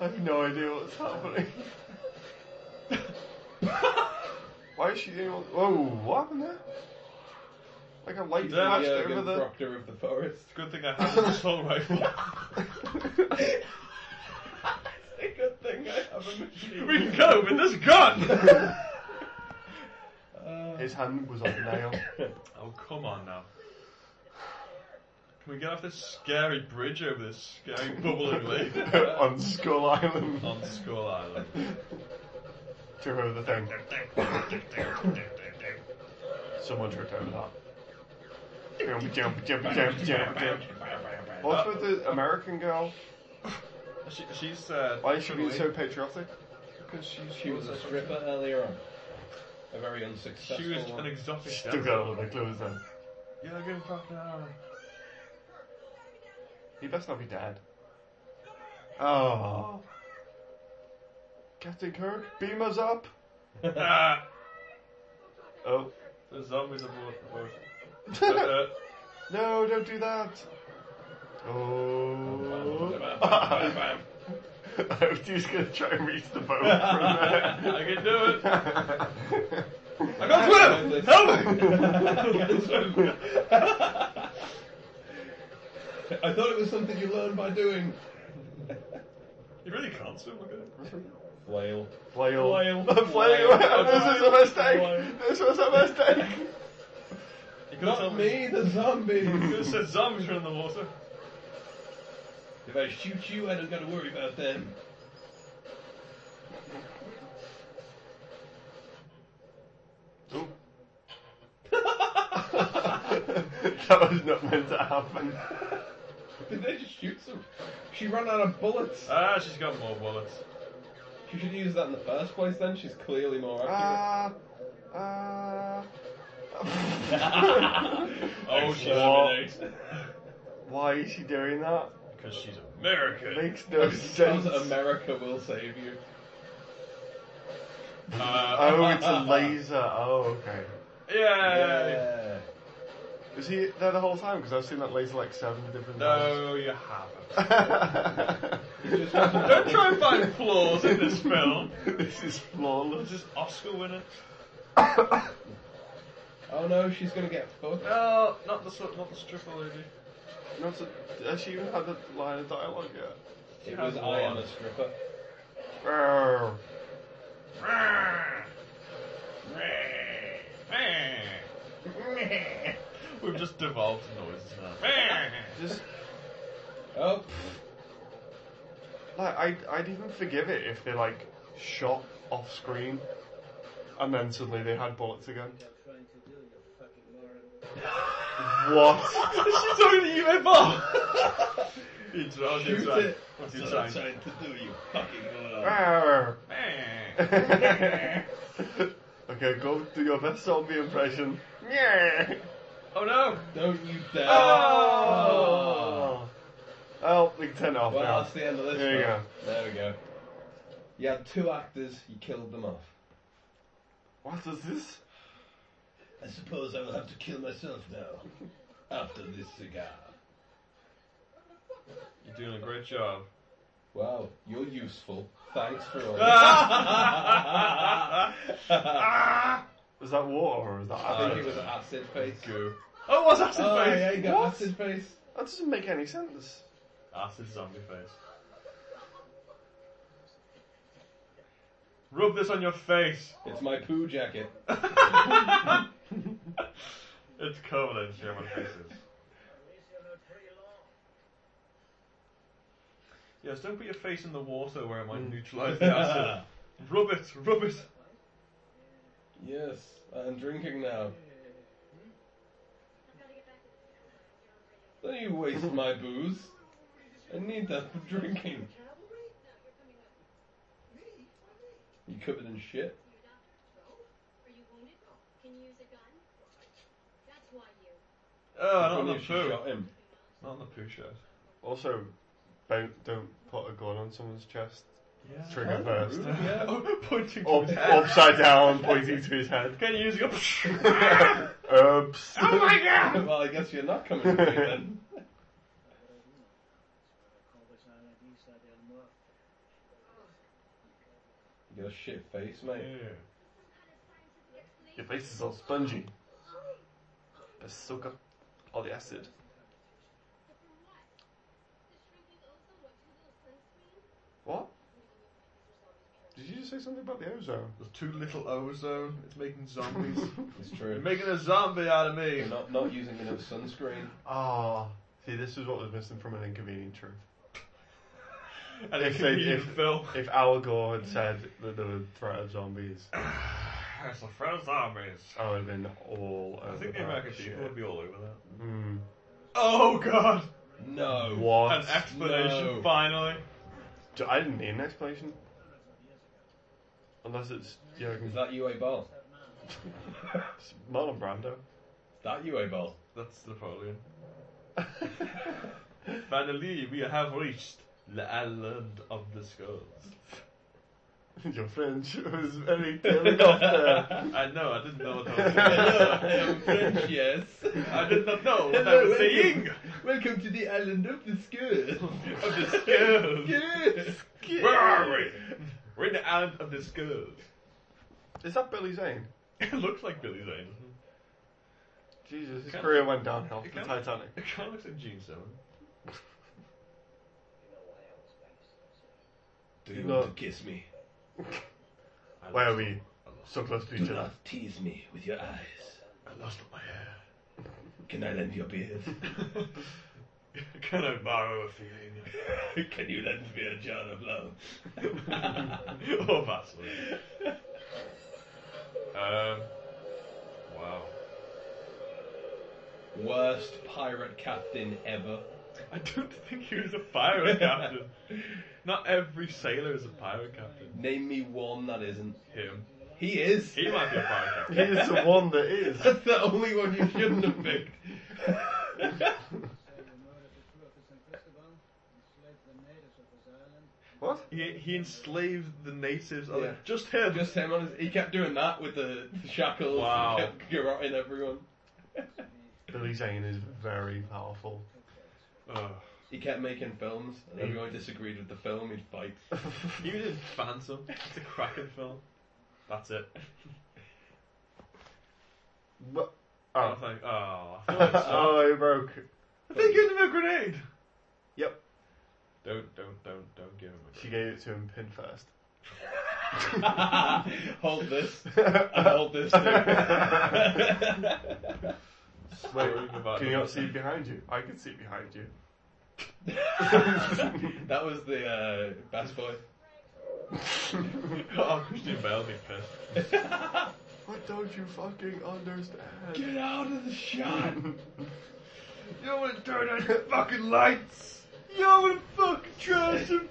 I have no idea what's happening. Why is she doing all... Whoa, what happened there? Like a light Yeah, flashed Jurgen over the... Proctor of the forest. Good thing I have an assault rifle. It's a good thing I have a machine. we can go with this gun! Uh, His hand was on the nail. Oh, come on now. Can we get off this scary bridge over this scary bubbling lake on Skull Island. on Skull Island? To her the thing. Someone tripped over that. Jump, jump, jump, jump, jump, jump. What's with the American girl? She, she's. Uh, Why is she being totally- so patriotic? Because she, She was a stripper earlier on. A very unsuccessful She was an one. exotic. Still got all the clues then. You're going fucking out. He best not be dead. Oh. Captain Kirk, beam us up! Ah, Oh. the zombies aboard the boat. Uh, No, don't do that! Oh. I hope he's gonna try and reach the boat I from can do it. there. I got swim. Help me! I thought it was something you learned by doing. You really can't swim, look at it. Flail. Flail. Flail. Flail. Flail. This is a Flail. mistake. This was a mistake. You could have Not told me, the zombie. You could have said zombies were in the water. if I shoot you, I don't got to worry about them. that was not meant to happen. Did they just shoot some? She ran out of bullets. Ah, she's got more bullets. She should use that in the first place. Then she's clearly more accurate. Uh, uh, Oh, she's What? eliminated. why is she doing that? Because she's It American. makes no sense. Sounds that America will save you. Uh, Oh, it's a laser. Oh, okay. yeah. Was he there the whole time? Because I've seen that laser like seven different times. No, you haven't. No. Don't try and find flaws in this film. this is This flawless. is Oscar winner. Oh no, she's gonna get fucked. No, not the sl- not the stripper lady. Not so, has she even had the line of dialogue yet? It was I am a stripper. Arr. We've just devolved to noises now. Just Oh, like I'd, I'd even forgive it if they like shot off screen, and then suddenly they had bullets again. What? She's only UFO. you try, you Shoot try. it. What's your that's sign? trying to do, you fucking moron. Ah. Arr. oh okay, go do your best zombie impression. Yeah. Oh, no! Don't you dare. Oh. Oh, we can turn it off Well, now. that's the end of this. There you one. There we go. You had two actors, you killed them off. What is this? I suppose I will have to kill myself now. After this cigar. You're doing a great job. Wow, you're useful. Thanks for Oh, all Ah! Was that water or was that? I think acid? it was acid face. Go. Oh, it was acid Oh, face. yeah, you got What? acid face. that doesn't make any sense. Acid zombie face. Rub this on your face. It's my poo jacket. It's covered in German faces. Yes, don't put your face in the water where it might neutralise the acid. Rub it, rub it. Yes, I'm drinking now. Don't you waste my booze. I need that for drinking. You covered in shit? Oh, not on Probably the should poo. shot him. Not on the poo shirt. Also, don't, don't put a gun on someone's chest. Yeah. Trigger first. rude. Yeah. Oh, Pointing to Up, his head. upside down, pointing to his head. Can you use your... Oh Oops. Oh my god! well, I guess you're not coming with me then. You got a shit face, mate. Your face is all spongy. But soak up all the acid. What? Did you just say something about the ozone? There's too little ozone. It's making zombies. It's You're true. making a zombie out of You're me. not, not using enough sunscreen. Ah, see, this is what was missing from an inconvenient truth. And If if they- they did if- film. If Al Gore had said that there were threat of zombies, It's the first zombies. I would have been all over I think the that American shit. people would be all over that. Hmm. Oh god! No. What? An explanation No. finally. Do- I didn't need an explanation. Unless it's Jurgen Is that you a ball? it's Marlon Brando. That you a ball? That's Napoleon. Finally, we have reached the island of the skulls. Your French was very coming off there. I know, I didn't know what I was I'm French, yes. saying. I did not know what I was saying. Welcome to the island of the skulls. Of the skulls. Yes. Where are we? We're in the island of the skulls. Is that Billy Zane? It looks like Billy Zane. doesn't it? Jesus, his Can- career went downhill. The Can- Titanic. It kind of looks like Gene Simmons. Do you No. want to kiss me? I Why are lost- we so close to Do each other? not tease me with your eyes. I lost all my hair. Can I lend your beard? Can I borrow a feeling? Can you lend me a jar of love? oh, Vaseline. Um, wow. Worst pirate captain ever. I don't think he was a pirate captain. Not every sailor is a pirate captain. Name me one that isn't. Him. He is. He might be a pirate captain. He's the one that is. That's the only one you shouldn't have picked. What? He, he enslaved the natives. of Yeah. Just him. Just him on his. He kept doing that with the shackles. Wow. He kept garroting everyone. Billy Zane is very powerful. Oh. He kept making films, and He- everyone disagreed with the film. He'd fight. He was in Phantom. It's a cracking film. That's it. But, I oh. was like, oh. I thought it was- oh, he broke. I think he gave him a grenade. Yep. Don't, don't, don't, don't give him a She grenade. gave it to him pin first. hold this. And hold this. Too. Wait, can you not see behind you? I can see behind you. that was the uh, best boy. Oh, Christian Bale be pissed. What don't you fucking understand? Get out of the shot. You wanna turn on the fucking lights? You wanna fucking trash him?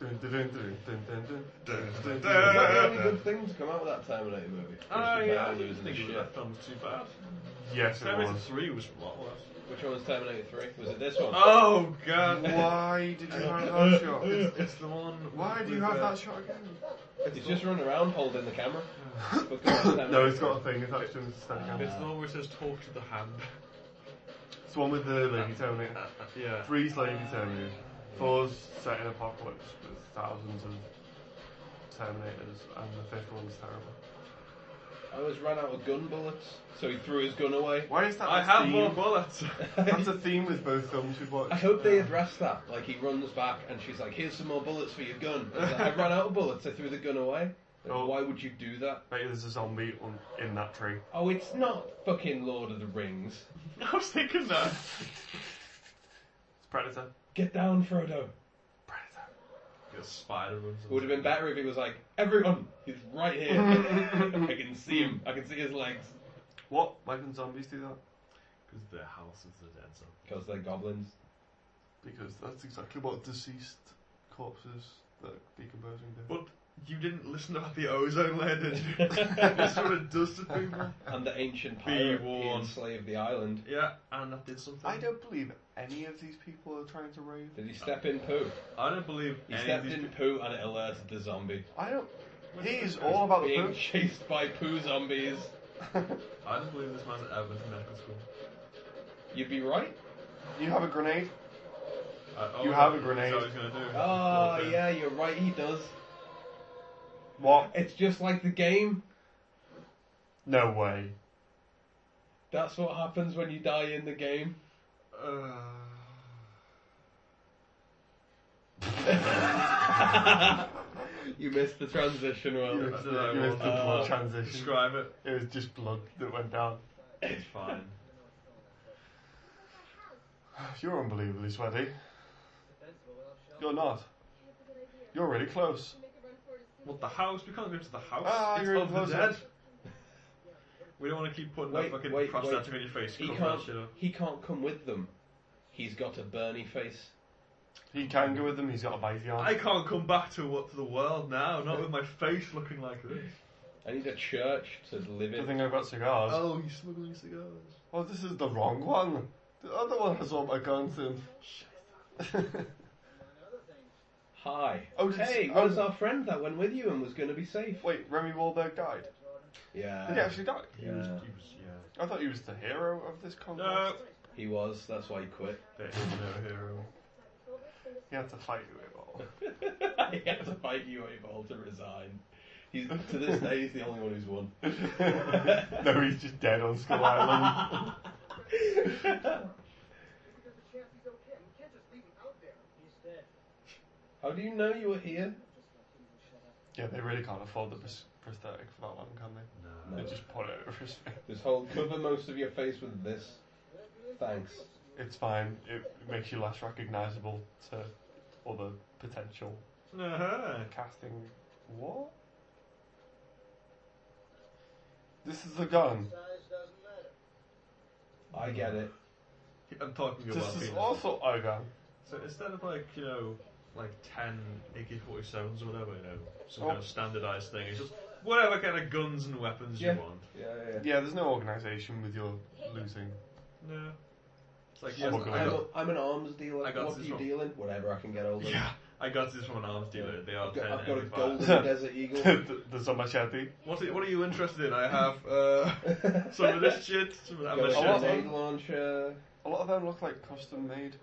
Dun, dun, dun, dun, dun, dun, dun. Dun, dun, Was that the only dun. good thing to come out of that Terminator movie? I, Christian Bale I didn't losing Oh, think his shit. that film was too bad. Yes, it Terminator was. 3 was a lot worse. Which one was Terminator 3? Was it this one? Oh, God. Why did you have that shot? It's, it's the one. Why do you with, have uh, that shot again? He's just running around holding the camera. But come on, no, Terminator it's got a thing attached to his standing hand. It's the one where it says talk to the hand. It's the one with the lady Terminator. Yeah. Three's lady Terminator. Four's set in apocalypse with thousands of Terminators, and the fifth one's terrible. I always ran out of gun bullets, so he threw his gun away. Why is that? I a have theme? more bullets. That's a theme with both films we've watched. I hope they address that. Like he runs back and she's like, "Here's some more bullets for your gun." And he's like, I ran out of bullets. I threw the gun away. Like, Oh. Why would you do that? Bet you there's a zombie on, in that tree. Oh, it's not fucking Lord of the Rings. I was thinking that. It's Predator. Get down, Frodo. Predator. Get a spider runs. It would have been better if he was like, everyone, he's right here. I can see him. I can see his legs. What? Why can zombies do that? Because their house is the dead zone. Because they're goblins. Because that's exactly what deceased corpses that decomposing do. But- You didn't listen about the ozone layer, did you? That's what it does to people. And the ancient Be pirate he warned. enslaved the island. Yeah, and that did something. I don't believe any of these people are trying to rave. Did he step in poo? I don't believe He any of stepped these in poo and it alerted the zombie. I don't. He's all about Oh, the Being poo. chased by poo zombies. people- I don't believe this man's ever been to medical school. You'd be right. you have a grenade? I, oh, You no, have a that's grenade. what he's gonna do. Oh, Okay. yeah, you're right, he does. What? It's just like the game. No way. That's what happens when you die in the game. you missed the transition, well. You I missed don't the, know, you missed the uh, blood transition. Describe it. It was just blood that went down. It's fine. You're unbelievably sweaty. You're not. You're really close. What the house? We can't go to the house. Ah, it's you're of the closer. dead. We don't want to keep putting Wait, that fucking wait, prosthetic in your face. He Cover can't, that shit up. he can't come with them. He's got a Bernie face. He can go with them, he's got a bitey arm. I can't come back to what to the world now. Not with my face looking like this. I need a church to live Good in. thing I've got cigars. Oh, you smuggling cigars. Oh, this is the wrong one. The other one has all my guns in. Hi. Oh, did- hey, oh. where's our friend that went with you and was going to be safe? Wait, Remy Wahlberg died? Did he Yeah, actually die? He was, Yeah. he was, yeah. I thought he was the hero of this contest. No. he was. That's why he quit. There is no hero. He had to fight you it all. he had to fight you Evolve to resign. He's, to this day, he's the only one who's won. no, he's just dead on Skull Island. How do you know you were here? Yeah, they really can't afford the pros- prosthetic for that long, can they? No. They just put it over his face. This whole cover most of your face with this. Thanks. It's fine. It makes you less recognisable to other potential Uh-huh. casting. What? This is a gun. I get it. I'm talking about This is penises. also a gun. So instead of like, you know, like 10 AK-47s or whatever, you know, some Oh. kind of standardised thing, it's just whatever kind of guns and weapons Yeah. you want. Yeah, yeah. Yeah, there's no organisation with your losing. No. It's like, Yeah, yes, Smuggle I'm, I, gun. got, a, I'm an arms dealer. I got what are this you wrong. dealing? Whatever I can get hold of. yeah, I got this from an arms dealer. They are I've got, 10 I've got a MP5s. golden desert eagle. the, the a machete. What are, what are you interested in? I have uh, some of this shit, some of that Got a shit. machete. grenade launcher. A lot of them look like custom made.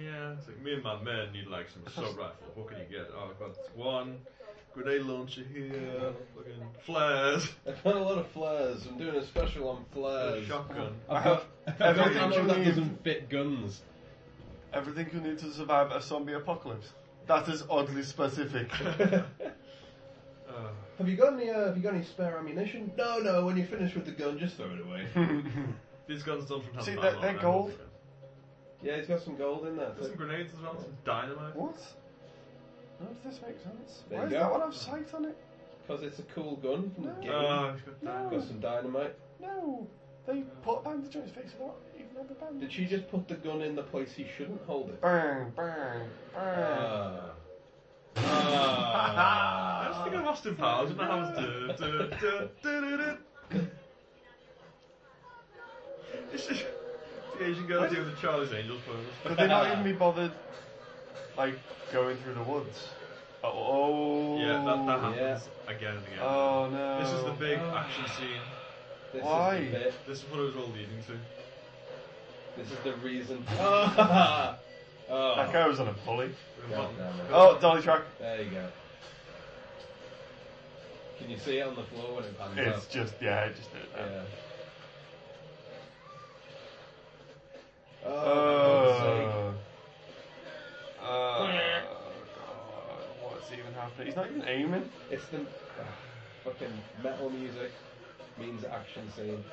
Yeah, it's like me and my man need like some sub rifle. What can you get? Oh, I've got one grenade launcher here, fucking flares, uh, I've got a lot of flares. I'm doing a special on flares. shotgun. I've got, I've got Everything ammo you that need. doesn't fit guns. Everything you need to survive a zombie apocalypse. That is oddly specific. Uh, Have you got any? Uh, have you got any spare ammunition? No, no. When you finish with the gun, just throw it away. these guns done from time See, to they're- time. they're aren't they? gold. yeah, he's got some gold in there. There's some grenades as well, some dynamite. what? None of this makes sense. There Why you does go. that one have sight on it? Because it's a cool gun from the game. Oh, No, got some dynamite. no. They put a bandage on his face without even having a Did bandage. she just put the gun in the place he shouldn't hold it? Bang, bang, bang. Uh. Ah. I Ah. was thinking of Austin Powers when that was. duh, duh, duh, duh, duh, duh. It's just the Asian girl doing the Charlie's Angels pose. Could they not even be bothered, like, going through the woods? Oh. Yeah, that, that happens again and again. Oh no. This is the big action scene. This Why? Is the bit. This is what it was all leading to. This is the reason. Ah. Oh. That guy was on a pulley. We're God about- damn it. Oh, dolly track. There you go. Can you see it on the floor when it pans It's up? just yeah, it just did that. Yeah. Oh. Uh, God, what's even happening? He's not even aiming. It's the ah, fucking metal music means action scene.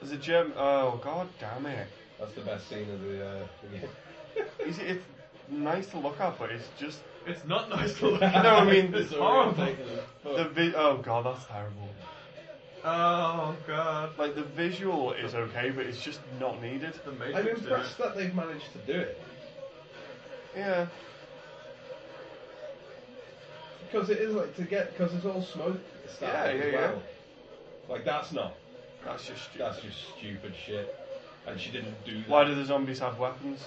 There's a gem. Oh God, damn it! That's the best scene of the, uh, the game. Is it, it's nice to look at, but it's just It's not nice to look at. No, I mean, it's the- horrible. The vi- oh god, that's terrible. Oh god. Like the visual is okay, but it's just not needed. The Matrix I'm did it. impressed that they've managed to do it Yeah. because it is like to get because it's all smoke stuff Yeah, yeah, as yeah. well. Like that's not That's just stupid. that's just stupid shit. And she didn't do that Why do the zombies have weapons?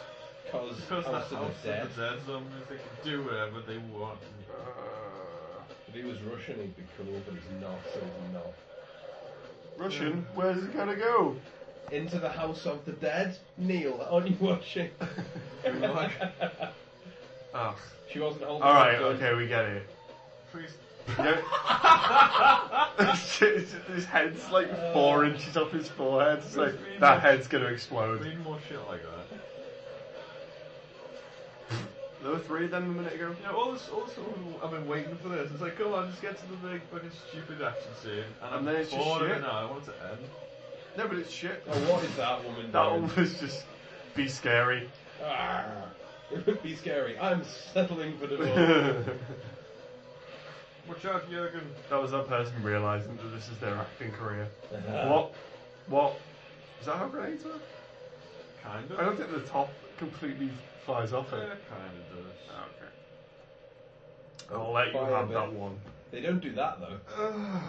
because Because that House House of the Dead. of the Dead zombies, they can do whatever they want. Uh, If he was Russian, he'd be cool, but he's not, so he's not. Russian, where's it gonna go? Into the House of the Dead, Neil, on you watching? Like, Oh. she wasn't holding. Alright, her gun. okay, we get it. please. Yeah. his head's like four inches off his forehead. It's like that head's gonna We explode. need more shit like that. There were three of them a minute ago. You know, all this, all this, I've been waiting for this. It's like, come on, just get to the big fucking stupid action scene. And, I'm And then it's just bored of shit. it now. I want it to end. No, but it's shit. Oh, what is that woman That doing? one was just be scary. Ah, it would be scary. I'm settling for divorce. that Watch out, Jurgen. was that person realizing that this is their acting career. What? What? Is that how grenades work? Kind of. I don't think the top completely flies off Yeah, it. kind of does. Oh, Okay. I'll let you Fire have bit. that one. They don't do that though.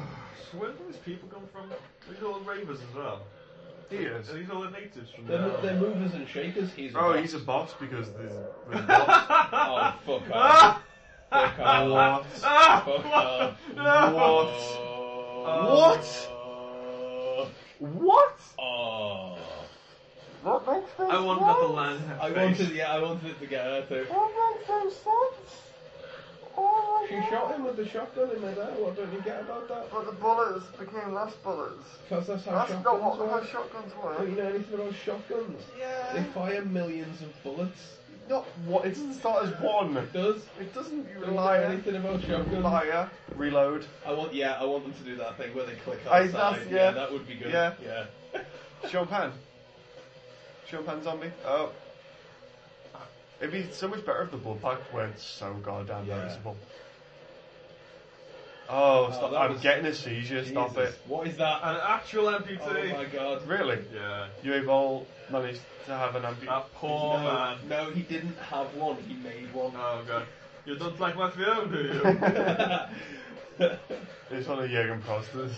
So where do these people come from? Are these all ravers as well? He is. Are these all the natives from They're, there? they're movers and shakers. He's Oh, boss. he's a boss because there's, there's boss. oh fuck off. fuck off. what? Ah! Fuck off. What? What? What? Oh. What makes no I wanted that the land had I face. wanted, yeah, I wanted it to get her too. What makes no sense? Oh She shot him with the shotgun in the head. What don't you get about that? But the bullets became less bullets. Because that's how That's shotguns not what work. how shotguns Don't work. you know anything about shotguns? They Yeah. fire millions of bullets. Not what? It doesn't start as one. Does It doesn't. You don't you know liar. anything about shotguns? Liar. Reload. I want, yeah, I want them to do that thing where they click I- on the side. that's- Yeah. yeah. that would be good. Yeah. yeah. Champagne. Champagne zombie. Oh. It'd be so much better if the blood pact weren't so goddamn Yeah. noticeable. Oh, stop. that I'm was- getting a seizure. Stop Jesus, it. What is that? An actual amputee. Oh my god. Really? Yeah. You have all managed to have an Uh, ambu- That poor no, man. no, he didn't have one. He made one. Oh god. You don't like my film, do you? It's one of Jürgen Proster's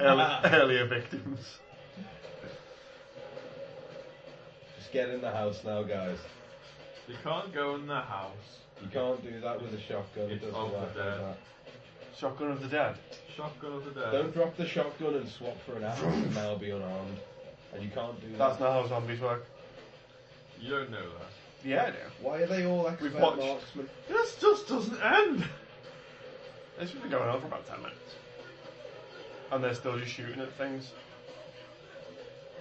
early, earlier victims. Just get in the house now, guys. you can't go in the house. You can't do that with a shotgun. It It's doesn't all work like the dead. that. Shotgun of the Dead. Shotgun of the dead. Don't drop the shotgun and swap for an axe and now be unarmed. And you can't do That's that. not how zombies work. You don't know that. Yeah, I do. Why are they all expert We've watched- marksmen? This just doesn't end. This has been going on for about 10 minutes. And they're still just shooting at things.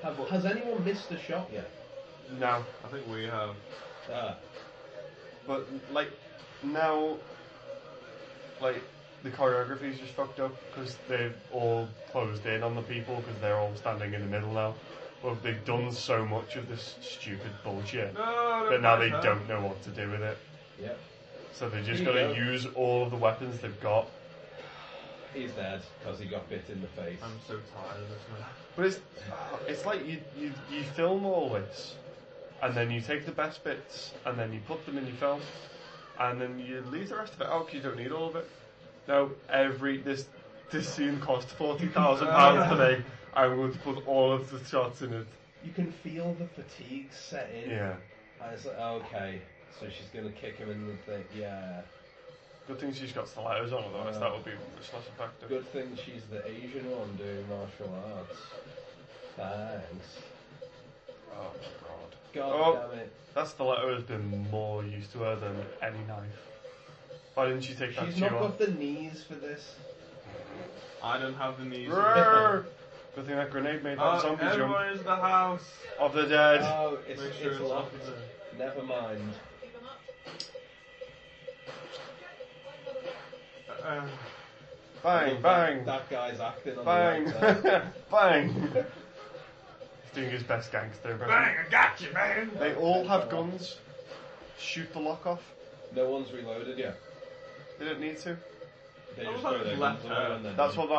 Have, has anyone missed a shot yet? No. I think we have. Ah, But, like, now, like, the choreography's just fucked up because they've all closed in on the people because they're all standing in the middle now. But they've done so much of this stupid bullshit No. that now they don't know what to do with it. yeah. So they're just Here you going to go. use all of the weapons they've got. He's dead because he got bit in the face. I'm so tired of this man. But it's it's like you, you you film all this, and then you take the best bits, and then you put them in your film, and then you leave the rest of it out 'cause you don't need all of it. No, every this this scene cost forty thousand pounds today. I'm going to put all of the shots in it. You can feel the fatigue set in. Yeah, And it's like, okay, so she's gonna kick him in the thing. Yeah. good thing she's got stilettos on, otherwise Yeah. that would be much less effective. Good thing she's the Asian one doing martial arts. Thanks. Oh my god, God Oh. damn it. that stiletto has been more used to her than any knife. Why didn't she take that She's shoe not off? got the knees for this. I don't have the knees. Roar! Good thing that grenade made that Oh, zombie jump. everyone is in the house. Of the dead. Oh, it's, Make sure it's it's off locked. of the- Never mind. Uh, bang, Look, bang, That guy's acting on bang, the right side. bang. He's doing his best gangster impression. Bang, I got you, man. They all have guns. Shoot the lock off. No one's reloaded yet. They don't need to. They Oh, just that know they're left gonna blow her. and then- That's what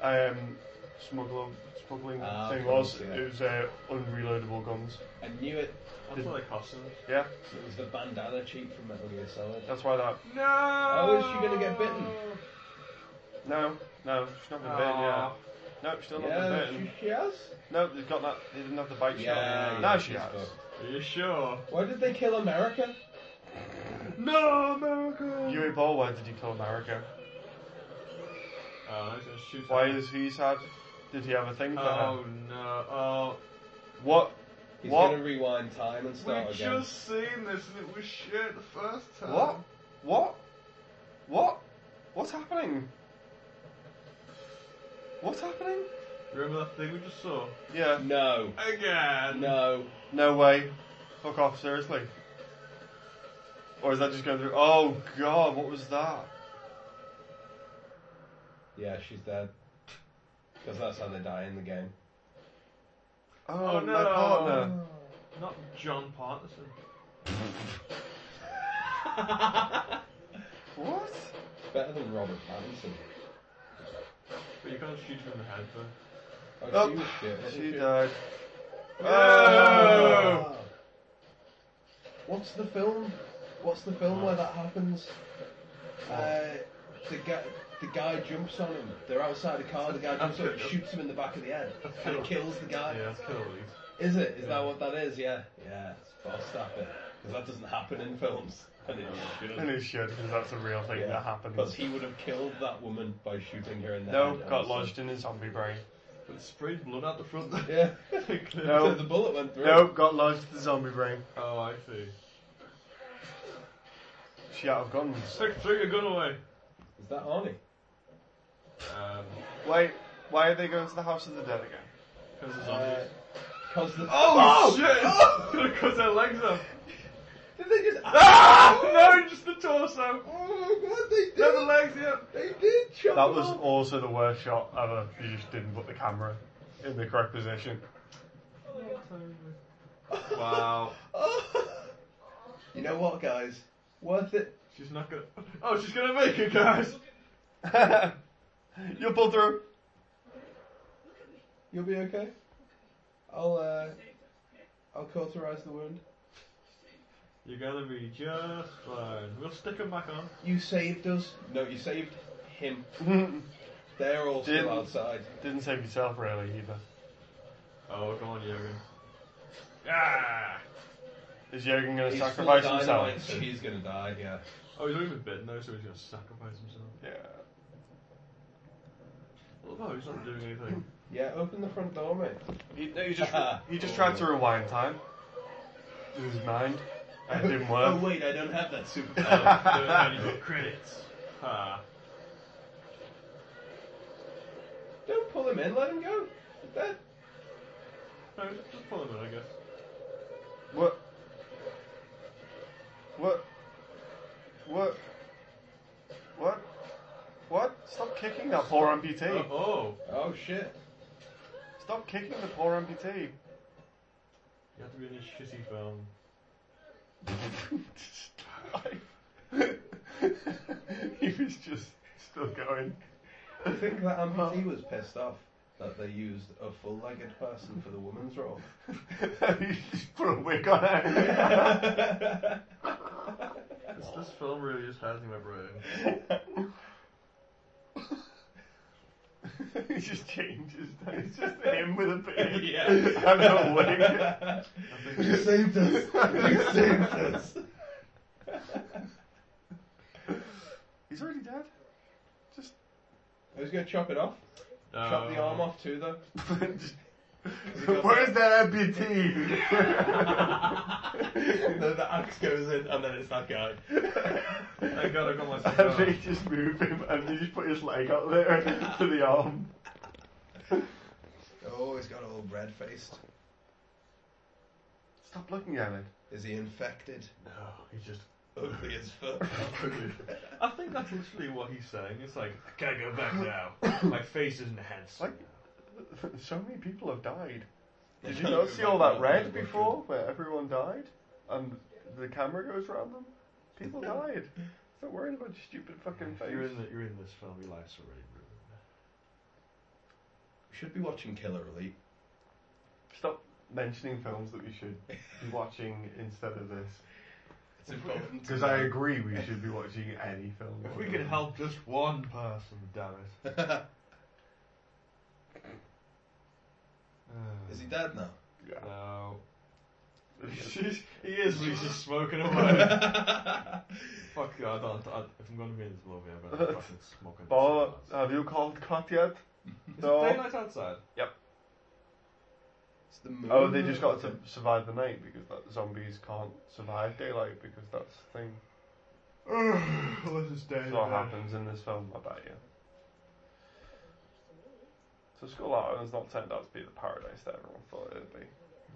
that um, smuggler, smuggling Ah, thing of was. course, yeah. It was uh, unreloadable guns. I knew it. That's what they cost them. Yeah, It was the bandana cheat from Metal Gear Solid. that's why that. Oh, No! How is she gonna get bitten? No, no, she's not been bitten Aw. yet. No, she's still not Yeah, been she, bitten. she has. No, they've got that. They didn't have the bite Yeah, shot. yeah, no, she she's has. fucked. Are you sure? Why did they kill America? No, America! Yui Ball, why did he kill America? Oh, he's gonna shoot Why her. is he sad? Did he have a thing for Oh her? no! Oh, What? He's What? gonna rewind time and we start again. just seen this and it was shit the first time. What? What? What? What's happening? What's happening? Remember that thing we just saw? Yeah. No, Again. no. No way. Fuck off, seriously. Or is that just going through? Oh god, what was that? Yeah, she's dead. Because that's how they die in the game. Oh, Oh, my no. partner. Not John Partnerson. What? Better than Robert Pattinson. But you can't shoot from the head though. Oh, she was Oh, shit. wasn't she she? died. Oh. No! What's the film? What's the film where that happens? Uh, the guy, the guy jumps on him. They're outside a car. The guy jumps on him, shoots him in the back of the head, and it kills the guy. Yeah, that's killer leaves. Is it? Is that what that is? Yeah. Yeah. It's fast happen because that doesn't happen in films. And it And it should, because that's a real thing that Because happens. he would have killed that woman by shooting her in the No, head. got obviously. lodged in his zombie brain. But it sprayed blood out the front. there. Yeah. No. the bullet went through. No, got lodged in the zombie brain. Oh, I see. She out of guns. Take, throw your gun away. Is that Arnie? Um, Wait, why are they going to the house of the dead again? because the Uh, zombies. 'cause the oh, shit! It's gonna cut their legs off. Did they just? Ah! No, just the torso. Oh my god, they did! No, the legs. Yeah. They did chop That him was off. also the worst shot ever. You just didn't put the camera in the correct position. Wow. Oh. You know what, guys? Worth it. She's not gonna. Oh, she's gonna make it, guys. You'll pull through. You'll be okay. I'll uh, I'll cauterize the wound. You're gonna be just fine. We'll stick them back on. You saved us. No, you saved him. Didn't They're all Didn't. still outside. save yourself really either. Oh, come on, Jurgen. Ah! Is Jürgen going to He's full sacrifice of dynamite, himself? so He's gonna die. Yeah. Oh, he's not even bitten though, so he's gonna sacrifice himself. Yeah. Well, no, he's not doing anything. Yeah. Open the front door, mate. He, no, he just he just tried to rewind time in his mind, and it didn't Oh work. wait, I don't have that superpower. Oh, no, no, credits. Ha. don't pull him in. Let him go. He's dead. No, just, just pull him in, I guess. What? What? What? What? What? Stop kicking that poor amputee. Oh, oh. Oh shit. Stop kicking the poor amputee. You have to be in a shitty film. he was just still going. I think that amputee was pissed off that they used a full-legged person for the woman's role. he just put a wig on her. This, this film really just has me in my brain. he just changes. It's just him with a beard Yeah. and a wig. you saved us. You saved us. He's already dead. Just, I was gonna chop it off. Uh, Chop Um, the arm off too, though. just- where's that amputee? no, the axe goes in, and then it's that guy. Thank God I got my And they stuff. just move him and they just put his leg out there for the arm. Oh, he's got all red-faced. Stop looking at it. Is he infected? No, he's just. Ugly as fuck. I think that's literally what he's saying. It's like, I can't go back now. My face is enhanced. Like, so many people have died. Did you not see all that red before, where everyone died, and the camera goes round them? People died. Stop worrying about your stupid fucking face. You're in, the, you're in this film, your life's already ruined. We should be watching Killer Elite. Stop mentioning films that we should be watching instead of this. It's important. Because I agree we should be watching any film. If we could help just one person, damn it. Uh, Is he dead now? Yeah. No. He's- he is, but he's just smoking away. Fuck you, I don't. I, if I'm going to be in this movie, I'm going to fucking smoke in Paul, this uh, have you called Cut yet? Is no. it daylight outside? It's the moon. Oh, they just got to survive the night because that zombies can't survive daylight because that's the thing. Unless it's That's what happens in this film, I bet you. So Skull Island's not turned out to be the paradise that everyone thought it would be.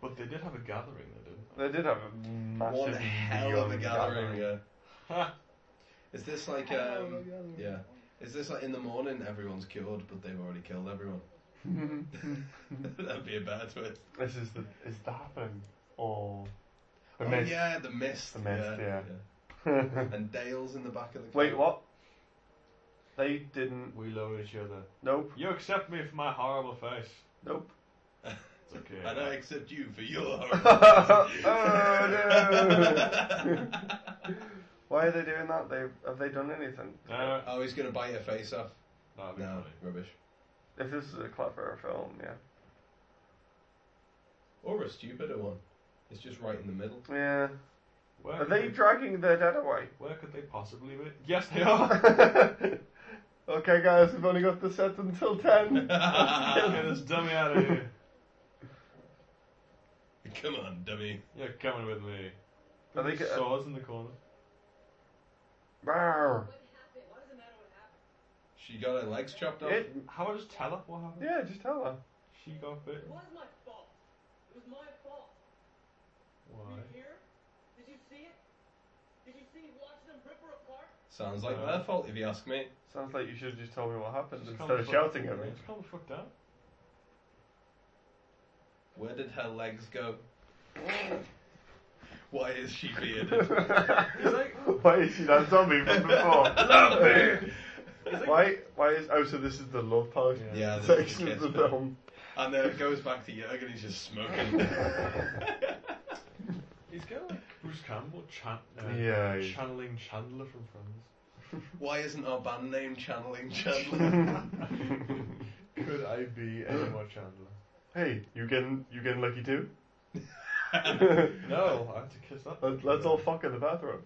But they did have a gathering, they didn't. They did have a massive One hell of a neon gathering. Yeah. Ha. Is this like um? Yeah. Is this like in the morning? Everyone's cured, but they've already killed everyone. That'd be a better twist. This is the is the happen or the oh mist. yeah, the mist. The mist, yeah. And Dale's in the back of the. Wait, car. what? They didn't. We loathe each other. Nope. You accept me for my horrible face. Nope. It's okay. And I accept you for your. oh no! Why are they doing that? They have they done anything? No, oh, he's gonna bite your face off. that'd be No, funny. rubbish. If this is a cleverer film, yeah. Or a stupider one. It's just right in the middle. Yeah. Where Are could they dragging their dead away? Where could they possibly be? Yes, they are. okay, guys, we've only got the set until ten. Get this dummy out of here. Come on, dummy. You're coming with me. I think uh, There's it- swords in the corner. Rawr. She got her legs chopped off. It, How about just tell her what happened? yeah, just tell her. She got bitten. It was my fault. It was my fault. Why? Did you hear? Did you see it? Did you see Washington rip her apart? Sounds like their fault if you ask me. Sounds like you should have just told me what happened Just instead calm of the fuck- shouting at me. Just calm the fuck down. Where did her legs go? Why is she bearded? He's like, Why is she that zombie from before? love me. Why? Why is? Oh, so this is the love part Yeah. yeah, this is section of the the kid. film. And then it goes back to Jurgen, he's just smoking. he's kind of like Bruce Campbell chan- uh, Yeah, he's- channeling Chandler from Friends. Why isn't our band name Channeling Chandler? Could I be any more Chandler? Hey, you getting you getting lucky too? No, I have to kiss that. Let, let's all fuck in the bathroom.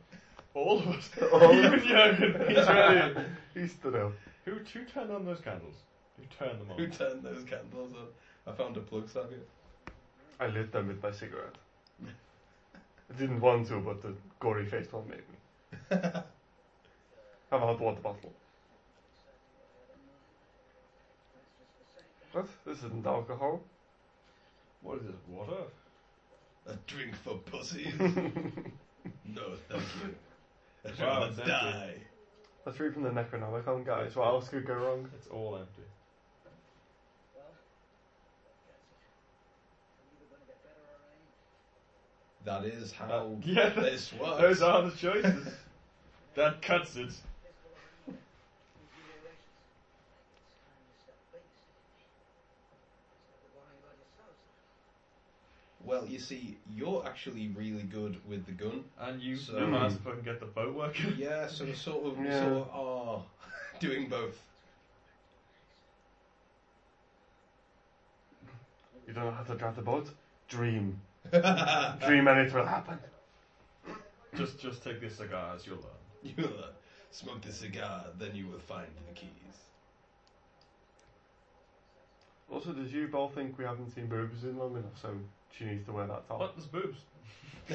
All of us. All of Even us. Jürgen. He's ready. He stood up. Who, who turned on those candles? Who turned them on? Who turned those candles on? I found a plug socket. I lit them with my cigarette. I didn't want to, but the gory faced one made me. Have a hot water bottle. What? This isn't alcohol. What is this, water? A drink for pussies. no, thank you. I'd Wow, rather thank you. die. Let's read from the Necronomicon, guys. What else could go wrong? It's all empty. That is how Uh, yeah, this works. those are the choices. that cuts it. Well, you see, you're actually really good with the gun. And you So- know how to fucking get the boat working. Yeah, so we sort of, we Yeah. sort of are doing both. You don't know how to drive the boat? Dream. Uh, Dream and it will happen. Just, just take this cigar as your learn. You'll uh, smoke the cigar, then you will find the keys. Also, does you both think we haven't seen boobs in long enough, so she needs to wear that Oh. top? What? There's boobs.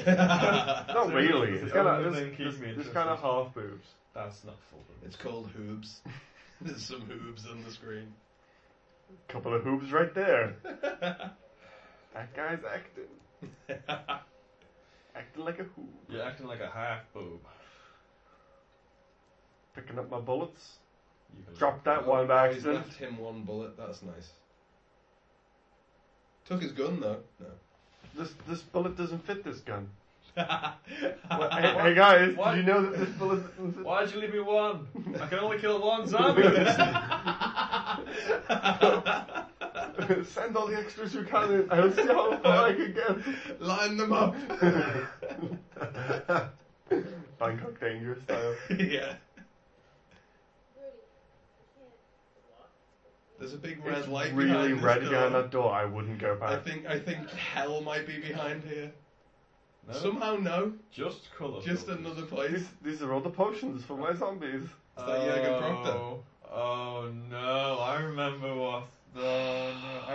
Not So really. it's It's the kind only of thing keeping it's, me it's interested. kind of half boobs. That's not full boobs. It's called hoobs. There's some hoobs on the screen. Couple of hoops right there. that guy's acting. acting like a hoop. You're acting like a half boob. Picking up my bullets. You can- Dropped that Oh, one oh, by he's accident. left him one bullet. That's nice. Took his gun though. No. This this bullet doesn't fit this gun. hey, hey guys, Why- you know that this bullet. Why'd you leave me one? I can only kill one zombie. Send all the extras you can in. I'll see how far I can get. Line them up. Bangkok Dangerous style. yeah. Rudy, I can't. There's a big red It's light really behind this red door. behind that door. I wouldn't go I back. think I think hell might be behind here. No, Somehow no. just colour. Just filters. another place. These, these are all the potions for my zombies. Is that Jürgen Oh, oh no! I remember what. Oh, no. I,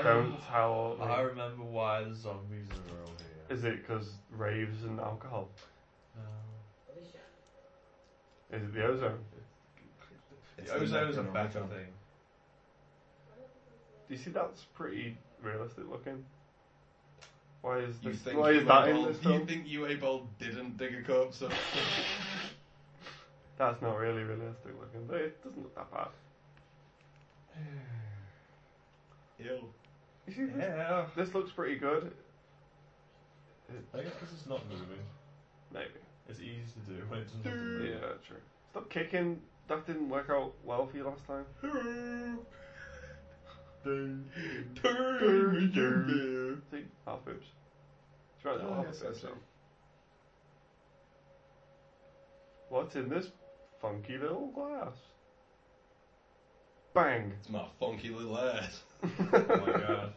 Don't remember, tell me. I remember why the zombies are all here. Is it because raves and alcohol? No. Is it the ozone? It's the ozone's a Necronomicon. better thing. Do you see that's pretty realistic looking? Why is You this? think Why is UA that in Bold- this You film? think UA Bold didn't dig a corpse up? That's not really realistic looking, but it doesn't look that bad. Ew. You see, this, Yeah. this looks pretty good. I guess because it's not moving. Maybe. It's easy to do when it's not Yeah, moving. true. Stop kicking. That didn't work out well for you last time. See, half boobs. It's right, Oh, half yes, boobs. that's right. What's in this funky little glass? Bang! It's my funky little ass. Oh my god.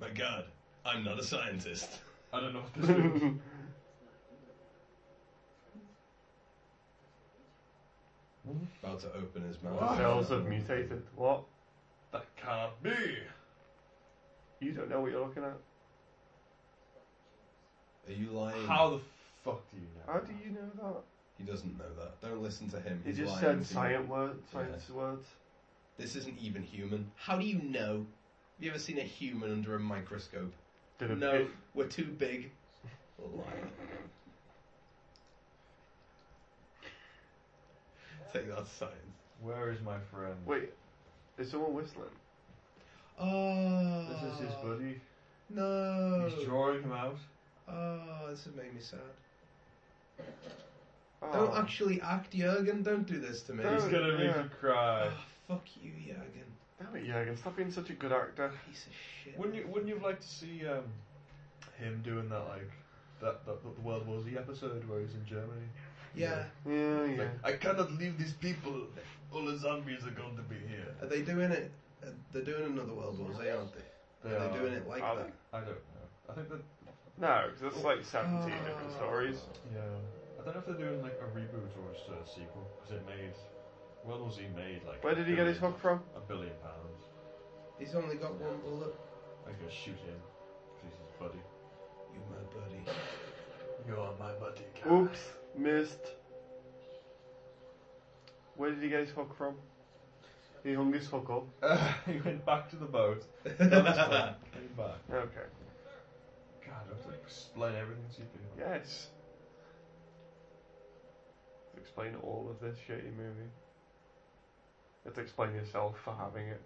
My god, I'm not a scientist. I don't know what this is. About to open his The mouth. cells have mutated. What? that can't be. You don't know what you're looking at. Are you lying? How the fuck do you know? How do you know that? He doesn't know that. Don't listen to him. He He's just lying said to you. science words. Science words. This isn't even human. How do you know? Have you ever seen a human under a microscope? Did a no, bit- we're too big. Liar. Take that science. Where is my friend? Wait, is someone whistling? Oh, This is his buddy. No. He's drawing him out. Oh, this has made me sad. Oh. Don't actually act, Jurgen. Don't do this to me. Don't. Ah. He's gonna make yeah. you cry. Oh, fuck you, Jurgen. Damn it, Jurgen! Stop being such a good actor. Piece of shit. Wouldn't you? Wouldn't you have liked to see um, him doing that like that, that, that the World War Z episode where he's in Germany? Yeah. Yeah, yeah. I cannot leave these people. All the zombies are going to be here. Are they doing it? Uh, they're doing another World War Z, aren't they? Are they doing it like Are that? I don't know. I think that No, because it's like 17 different Oh. stories. yeah. I don't know if they're doing like a reboot or a sort of sequel because it made World War Z made like Where a did he get his billion- hook from? A billion pounds. He's only got one bullet. I can shoot him. 'cause He's his buddy. You my buddy. You are my buddy. Cat. Oops, missed. Where did he get his hook from? He hung his hook up. he went back to the boat. Not this time. Came back. Okay. God, I have to explain everything to you. Yes. Explain all of this shitty movie. You have to explain yourself for having it.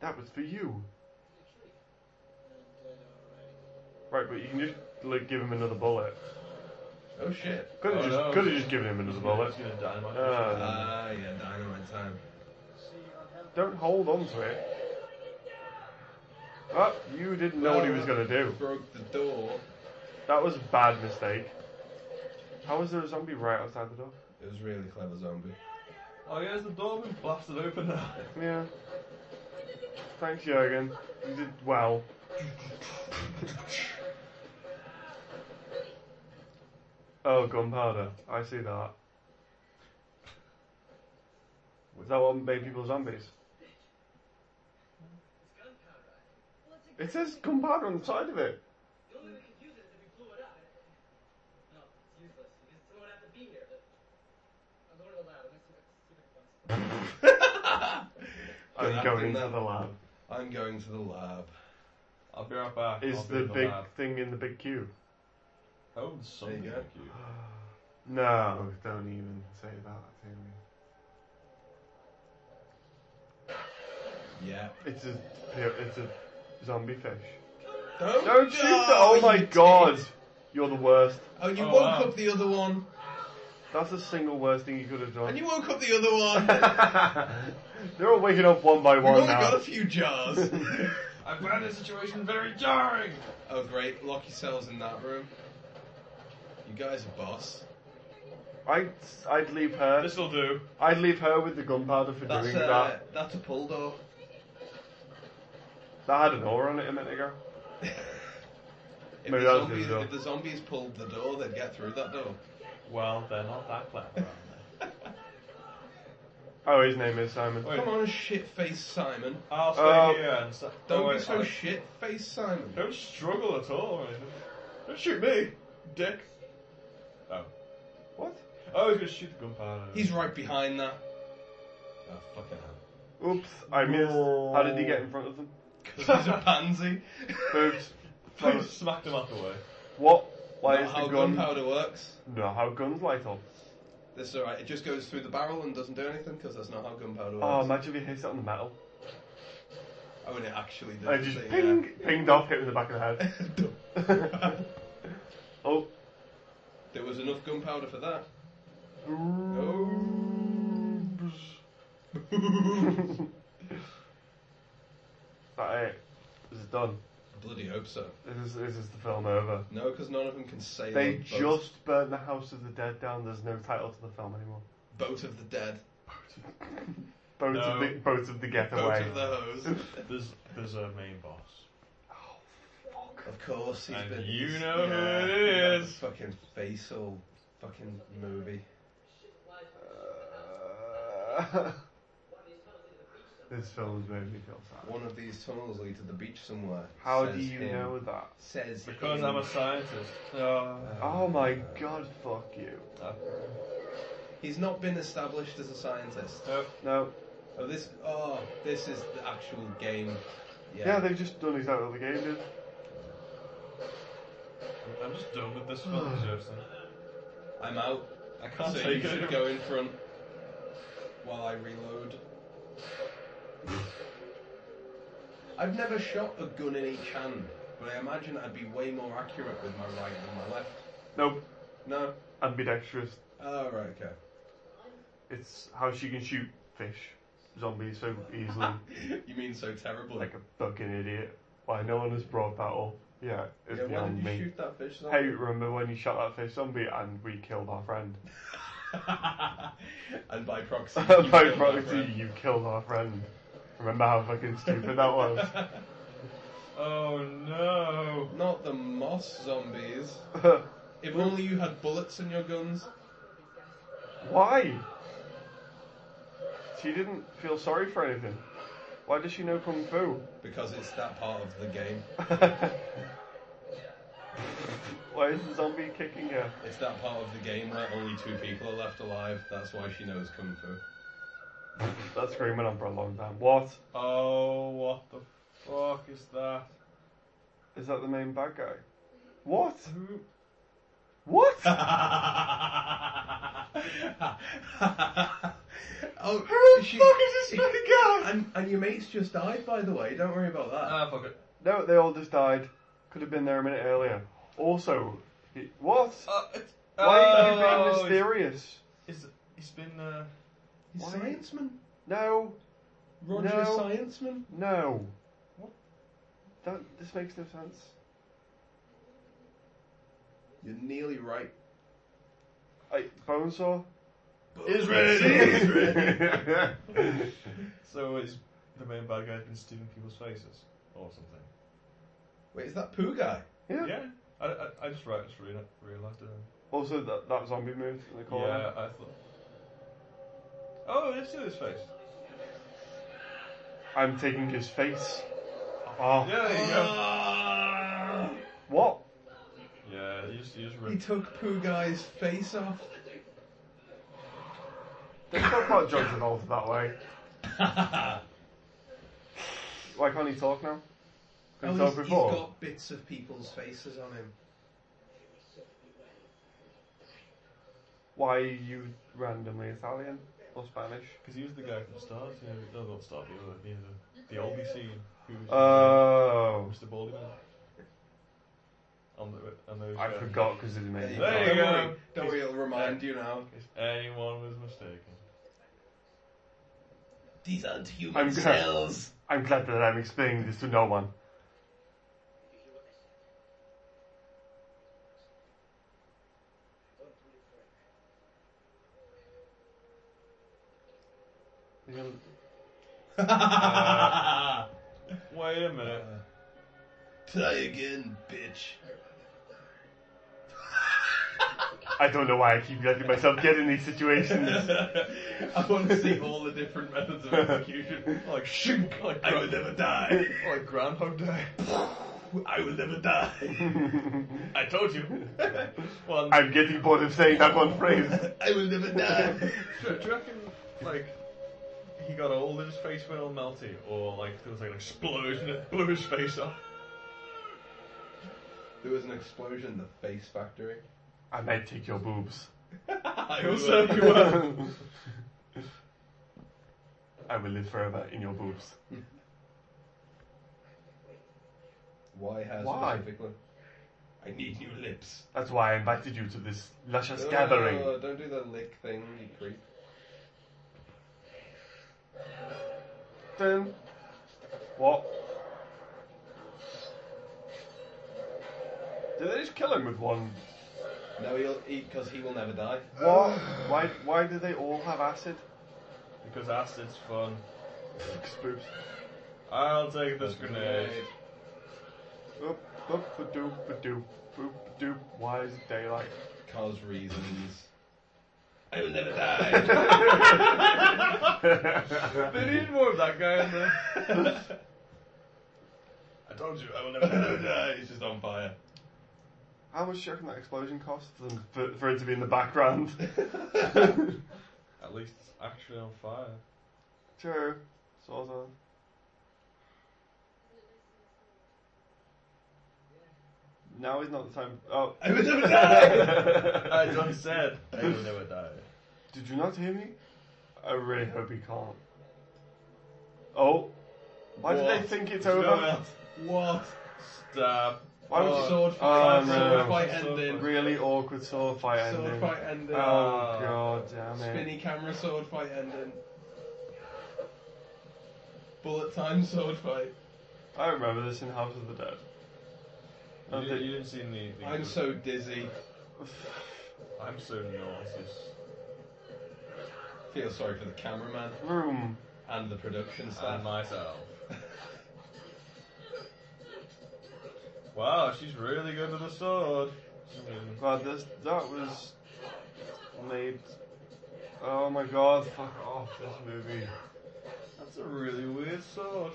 That was for you. Right, but you can just like give him another bullet. Oh shit. Could Oh, have no. just could have just given him another He's gonna, bullet. he's gonna dynamite. Uh, Ah, yeah, dynamite time. Don't hold on to it. Oh, you didn't know what he was gonna do. Broke the door. That was a bad mistake. How was there a zombie right outside the door? It was really clever zombie. oh yeah, is the door been blasted open now? Yeah. Thanks, Jurgen. You did well. oh, gunpowder. I see that. Was that what made people zombies? It says gunpowder on the side of it. The only way we could use it is if we blew it up. No, it's useless. Because someone has to be here. I'm going to the lab. I'm going I'm going to the lab. Good afternoon. I'm going to see what stupid ones. to the lab. I'll be right back. Is I'll be the in big lab. thing in the big queue? Oh, something There you go. like you. No, Oh, don't even say that to me. Yeah. It's a, it's a zombie fish. Don't, Don't shoot die, the, oh my you god! dick. You're the worst. Oh, you Oh, woke wow. up the other one, That's the single worst thing you could have and done. you woke up the other one. They're all waking up one by We've one only now. got a few jars. I found this situation very jarring. oh, great. Lock yourselves in that room. You guys are boss. I'd, I'd leave her. This'll do. I'd leave her with the gunpowder for That's uh, doing a, that. that's a pull door. That had an aura on it a minute ago. If, Maybe the that was zombies, the door. if the zombies pulled the door, they'd get through that door. Well, they're not that clever, are Oh, his name is Simon. Wait. Come on, shit face Simon. they? I'll stay Uh, here and sa- Don't oh, be wait, so I- shit face Simon. Don't struggle at all or anything. Don't shoot me, dick. Oh. What? Oh, he's gonna shoot the gunpowder. He's right behind that. Oh, fucking hell. Oops, I missed. How did he get in front of them? 'Cause he's a pansy. Oops. I smacked him out the way. What? Why Not is how the gun? gunpowder works. No, how guns light up. That's alright. It just goes through the barrel and doesn't do anything because that's not how gunpowder works. Oh, imagine if he hits it on the metal. I mean, it actually does. uh, I just so, ping, pinged off, hit with the back of the yeah. head. oh. there was enough gunpowder for that. Oh. that it. This is done. Bloody hope so. This is, this is the film over. No, because none of them can say They that. Boat- just burned the House of the Dead down. There's no title to the film anymore. boat of the dead, Boat, No. of, the, boat of the Getaway. boat of the hose. There's there's a main boss. of course, he's And been. you he's- know who yeah, it he's got is. the Fucking face all fucking movie. Uh, this film's made me feel sad. One of these tunnels lead to the beach somewhere. How says do you him. know that? Says Because him. I'm a scientist. Uh, Oh. Oh my god, fuck you. He's not been established as a scientist. Oh, No. Oh, this. Oh, this is the actual game. Yeah. Yeah, they've just done exactly what the game did. I'm just done with this film, Jefferson. I'm out. I can't so take you should it. go in front while I reload. I've never shot a gun in each hand, but I imagine I'd be way more accurate with my right than my left. Nope. No. Ambidextrous. Oh right, okay. It's how she can shoot fish, zombies so easily. You mean so terribly? like a fucking idiot. Why no one has brought that up? Yeah, it's yeah, why did beyond you me. shoot that fish? Though? Hey, remember when you shot that fish zombie and we killed our friend? and by proxy. you killed By my proxy, friend. you killed our friend. Remember how fucking stupid that was? Oh no. Not the moss zombies. If only you had bullets in your guns. Why? She didn't feel sorry for anything. Why does she know kung fu? Because it's that part of the game. Why is the zombie kicking her? It's that part of the game where only two people are left alive. That's why she knows kung fu. That's going on for a long time. What? Oh, what the fuck is that? Is that the main bad guy? What? Who? What? oh, she- And, and your mates just died, by the way. Don't worry about that. Ah, fuck it. No, they all just died. Could have been there a minute earlier. Also, he, what? Uh, it's, Why oh, are you being it's- mysterious? It's, it's been, uh, He's why- scienceman. No, Roger No. scienceman. no. What? That this makes no sense. You're nearly right. I Bonesaw. so it's the main bad guy's been stealing people's faces or something. Wait, is that poo guy? yeah. Yeah, I, I, I just, right, just reali- realised it. then. Also, that, that zombie moved in the corner. Yeah, I thought. Oh, let's see his face. I'm taking his face. Oh, Yeah, there you Uh, go. what? Yeah, you just, you just He ripped. took poo guy's face off. They still can't judge Travolta that way. Why can't he talk now? Could he Oh, he's, talk he's before? got bits of people's faces on him. Why are you randomly Italian or Spanish? Because he was the guy from Stars, yeah, no, not Star, the other, the other, the oldie scene. Who was Oh, Mr. Baldyman. On the, on those, I uh, forgot because of the There you main. There go. you Don't go. worry, Don't worry, it'll remind you now. If anyone was mistaken. These aren't human I'm glad- cells. I'm glad that I'm explaining this to no one. Uh, wait a minute. Try again, bitch. I don't know why I keep letting myself get in these situations. I want to see all the different methods of execution. Like shoot, like I will grand, never die. like Groundhog Day. I will never die. I told you. One. I'm getting bored of saying that one phrase. I will never die. do, do you reckon like he got old and his face went all melty, or like there was like an explosion that blew his face off? There was an explosion in the face factory. I might take your boobs. I will serve you well. I will live forever in your boobs. Why her Why? specifically? I need new lips. That's why I invited you to this luscious Oh, gathering. don't do the lick thing, you creep. Then, what? Did they just kill him with one? No, he'll eat because he will never die. What? Why? Why do they all have acid? Because acid's fun. Spoops. I'll take this grenade. Boop, boop, ba-doop, ba-doop, boop, ba-doop. Why is it daylight? Cause reasons. I will never die. They need more of that guy in there. I told you I will never I will never die. die. It's just on fire. How much do you reckon that explosion cost for, them, for, for it to be in the background? At least it's actually on fire. True. Sort of. Now is not the time. Oh, I will never die. I just said I will never die. did you not hear me? I really hope he can't. Oh, why did they What? think it's No over? else. What? Stab. Why was Sword Oh, fight. no. Sword fight ending. really awkward sword fight Sword ending? fight ending. Oh god damn it! Spinny camera sword fight ending. Bullet time sword fight. I remember this in House of the Dead. You, Oh, did, did- you didn't see the. the I'm so dizzy. I'm so nauseous. Feel sorry for the cameraman Room. and the production And staff. myself. Wow, she's really good with a sword. God, this that was made. Oh my god! Fuck off this movie. That's a really weird sword.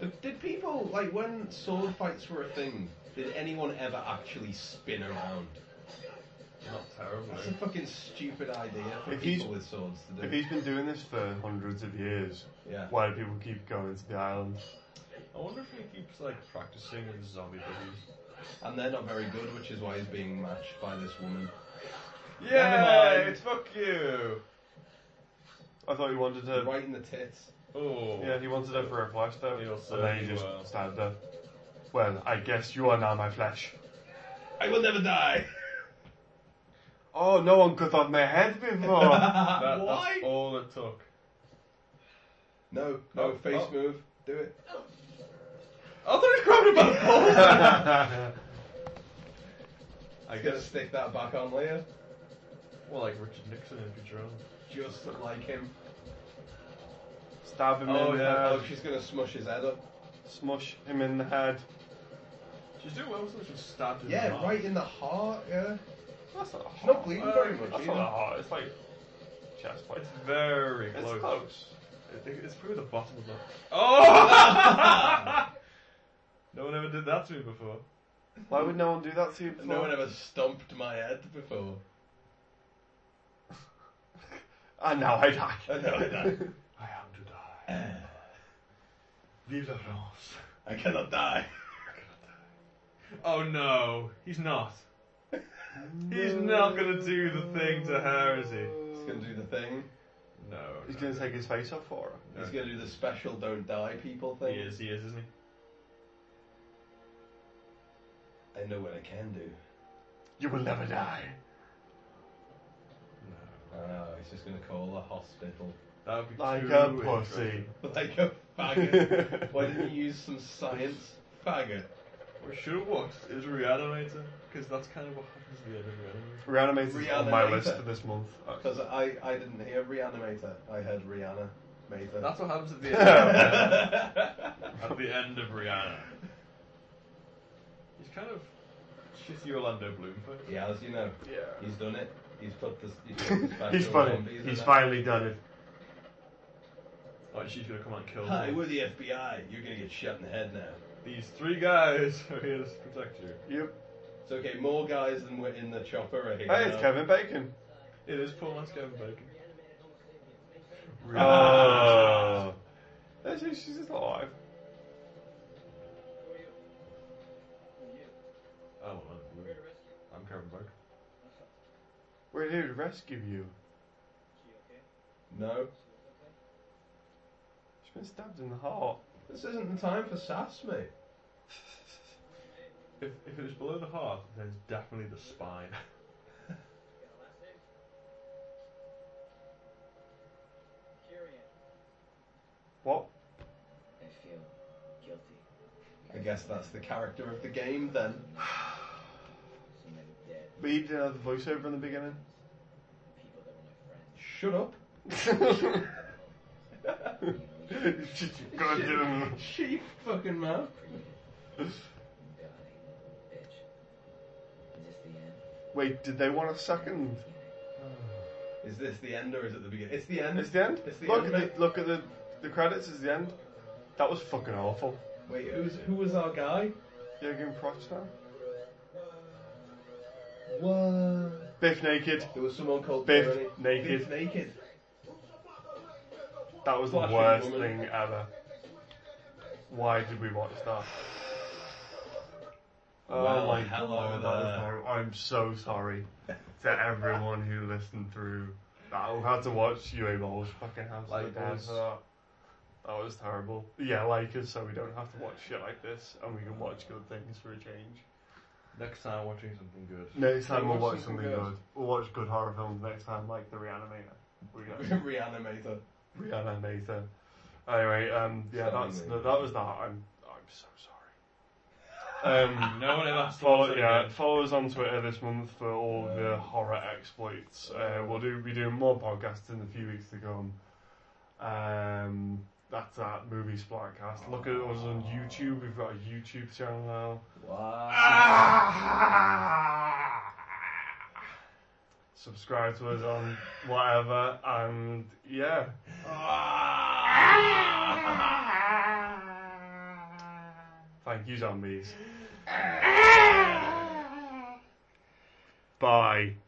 But Did people like when sword fights were a thing? Did anyone ever actually spin around? Not terribly. That's a fucking stupid idea for If he's- people with swords to If do. he's been doing this for hundreds of years, Yeah. why do people keep going to the island? I wonder if he keeps like practicing with zombie buddies. And they're not very good, which is why he's being matched by this woman. Yeah, mind. fuck you. I thought he wanted to. Right in the tits. Oh, Yeah, he wanted her for her flesh though, He'll and then he certainly just will. stabbed her. Well, I guess you are now my flesh. I will never die. Oh, no one cut off my head before. that, Why? that's all it took. No, no Oh, face oh. move. Do it. I thought he grabbed him by the balls. I I gotta guess, stick that back on later, well, like Richard Nixon in control. just like him. Stab him Oh, in the yeah, head. Oh, she's gonna smush his head up. Smush him in the head. She's doing well, so she stabbed him. Yeah, in the arm. right in the heart. Yeah. That's not She's hard. not bleeding Uh, very much. That's either. not that hard. It's like chest fight. It's very It's close. close. I think it's probably the bottom of the. Oh! no one ever did that to me before. Why would no one do that to you? Before? No one ever stomped my head before. And now Ah, I die. I know that. I am to die. Vive la France. I cannot die. Oh no, he's not. He's not gonna do the thing to her, is he? He's gonna do the thing. No. He's no. going to take his face off for her. He's going to do the special "Don't Die" people thing. He is, he is, isn't he? I know what I can do. You will never die. No. I know. He's just going to call a hospital That would be Like too uh, a interesting. pussy. like a faggot. Why didn't you use some science, faggot? What should have watched is Reanimator, because that's kind of what happens at the end of Reanimator. Reanimated on my Reanimator. list for this month. Because I, I didn't hear Reanimator. I heard Rihanna. Mater. That's what happens at the end. of, at the end of Rihanna. He's kind of shitty Orlando Bloom for it. He has, you know. Yeah. He's done it. He's put this. He's, put the special He's funny. zombies in He's it. finally done it. Like she's gonna come and kill Hi, them. we're the FBI. You're gonna get shot in the head now. These three guys are here to protect you. Yep. It's okay. More guys than were in the chopper right Hey, now. it's Kevin Bacon. It is Paul and Kevin Bacon. Oh. That's it, She's just alive. Oh, well, I'm- I'm Kevin Bacon. We're here to rescue you. No, She's been stabbed in the heart. this isn't the time for sass, mate. If, if it is below the heart, then it's definitely the spine. What? I feel guilty. I guess that's the character of the game then. So many dead But he didn't have the voiceover in the beginning. people that were my friends. Shut up. Shut your goddamn- Shut your fucking mouth. God, bitch. Is this the end? Wait, did they want a second? Is this the end or is it the beginning? It's the end. It's the end. It's the look end, at mate. the look at the the credits. Is the end. That was fucking awful. Wait, who's who was our guy? Jürgen Prochnow. What? Biff naked. There was someone called Biff Bernie. Naked. Biff naked. That was the Flashing worst woman. thing ever. Why did we watch that? Oh Well, my hello god, that is there. horrible. I'm so sorry to everyone who listened through. I had to watch UA Ball's fucking house Like like dad us. for that. That was terrible. Yeah, like us, so we don't have to watch shit like this, and we can watch good things for a change. Next time, watching something good. Next time Can we'll we watch watch something something good? good. We'll watch good horror films next time, like The Reanimator. We got- Reanimator. Rihanna Nathan. Anyway, um, yeah, Sorry, that's mate. no, that was that. I'm I'm so sorry. Um, No one ever asked follow us yeah, again. follow us on Twitter this month for all the horror exploits. Uh, we'll do be doing more podcasts in a few weeks to come. Um, that's that movie splatcast. Look at us on YouTube. We've got a YouTube channel now. Wow. Subscribe to us on whatever, and yeah. Ah! Thank you, zombies. Bye.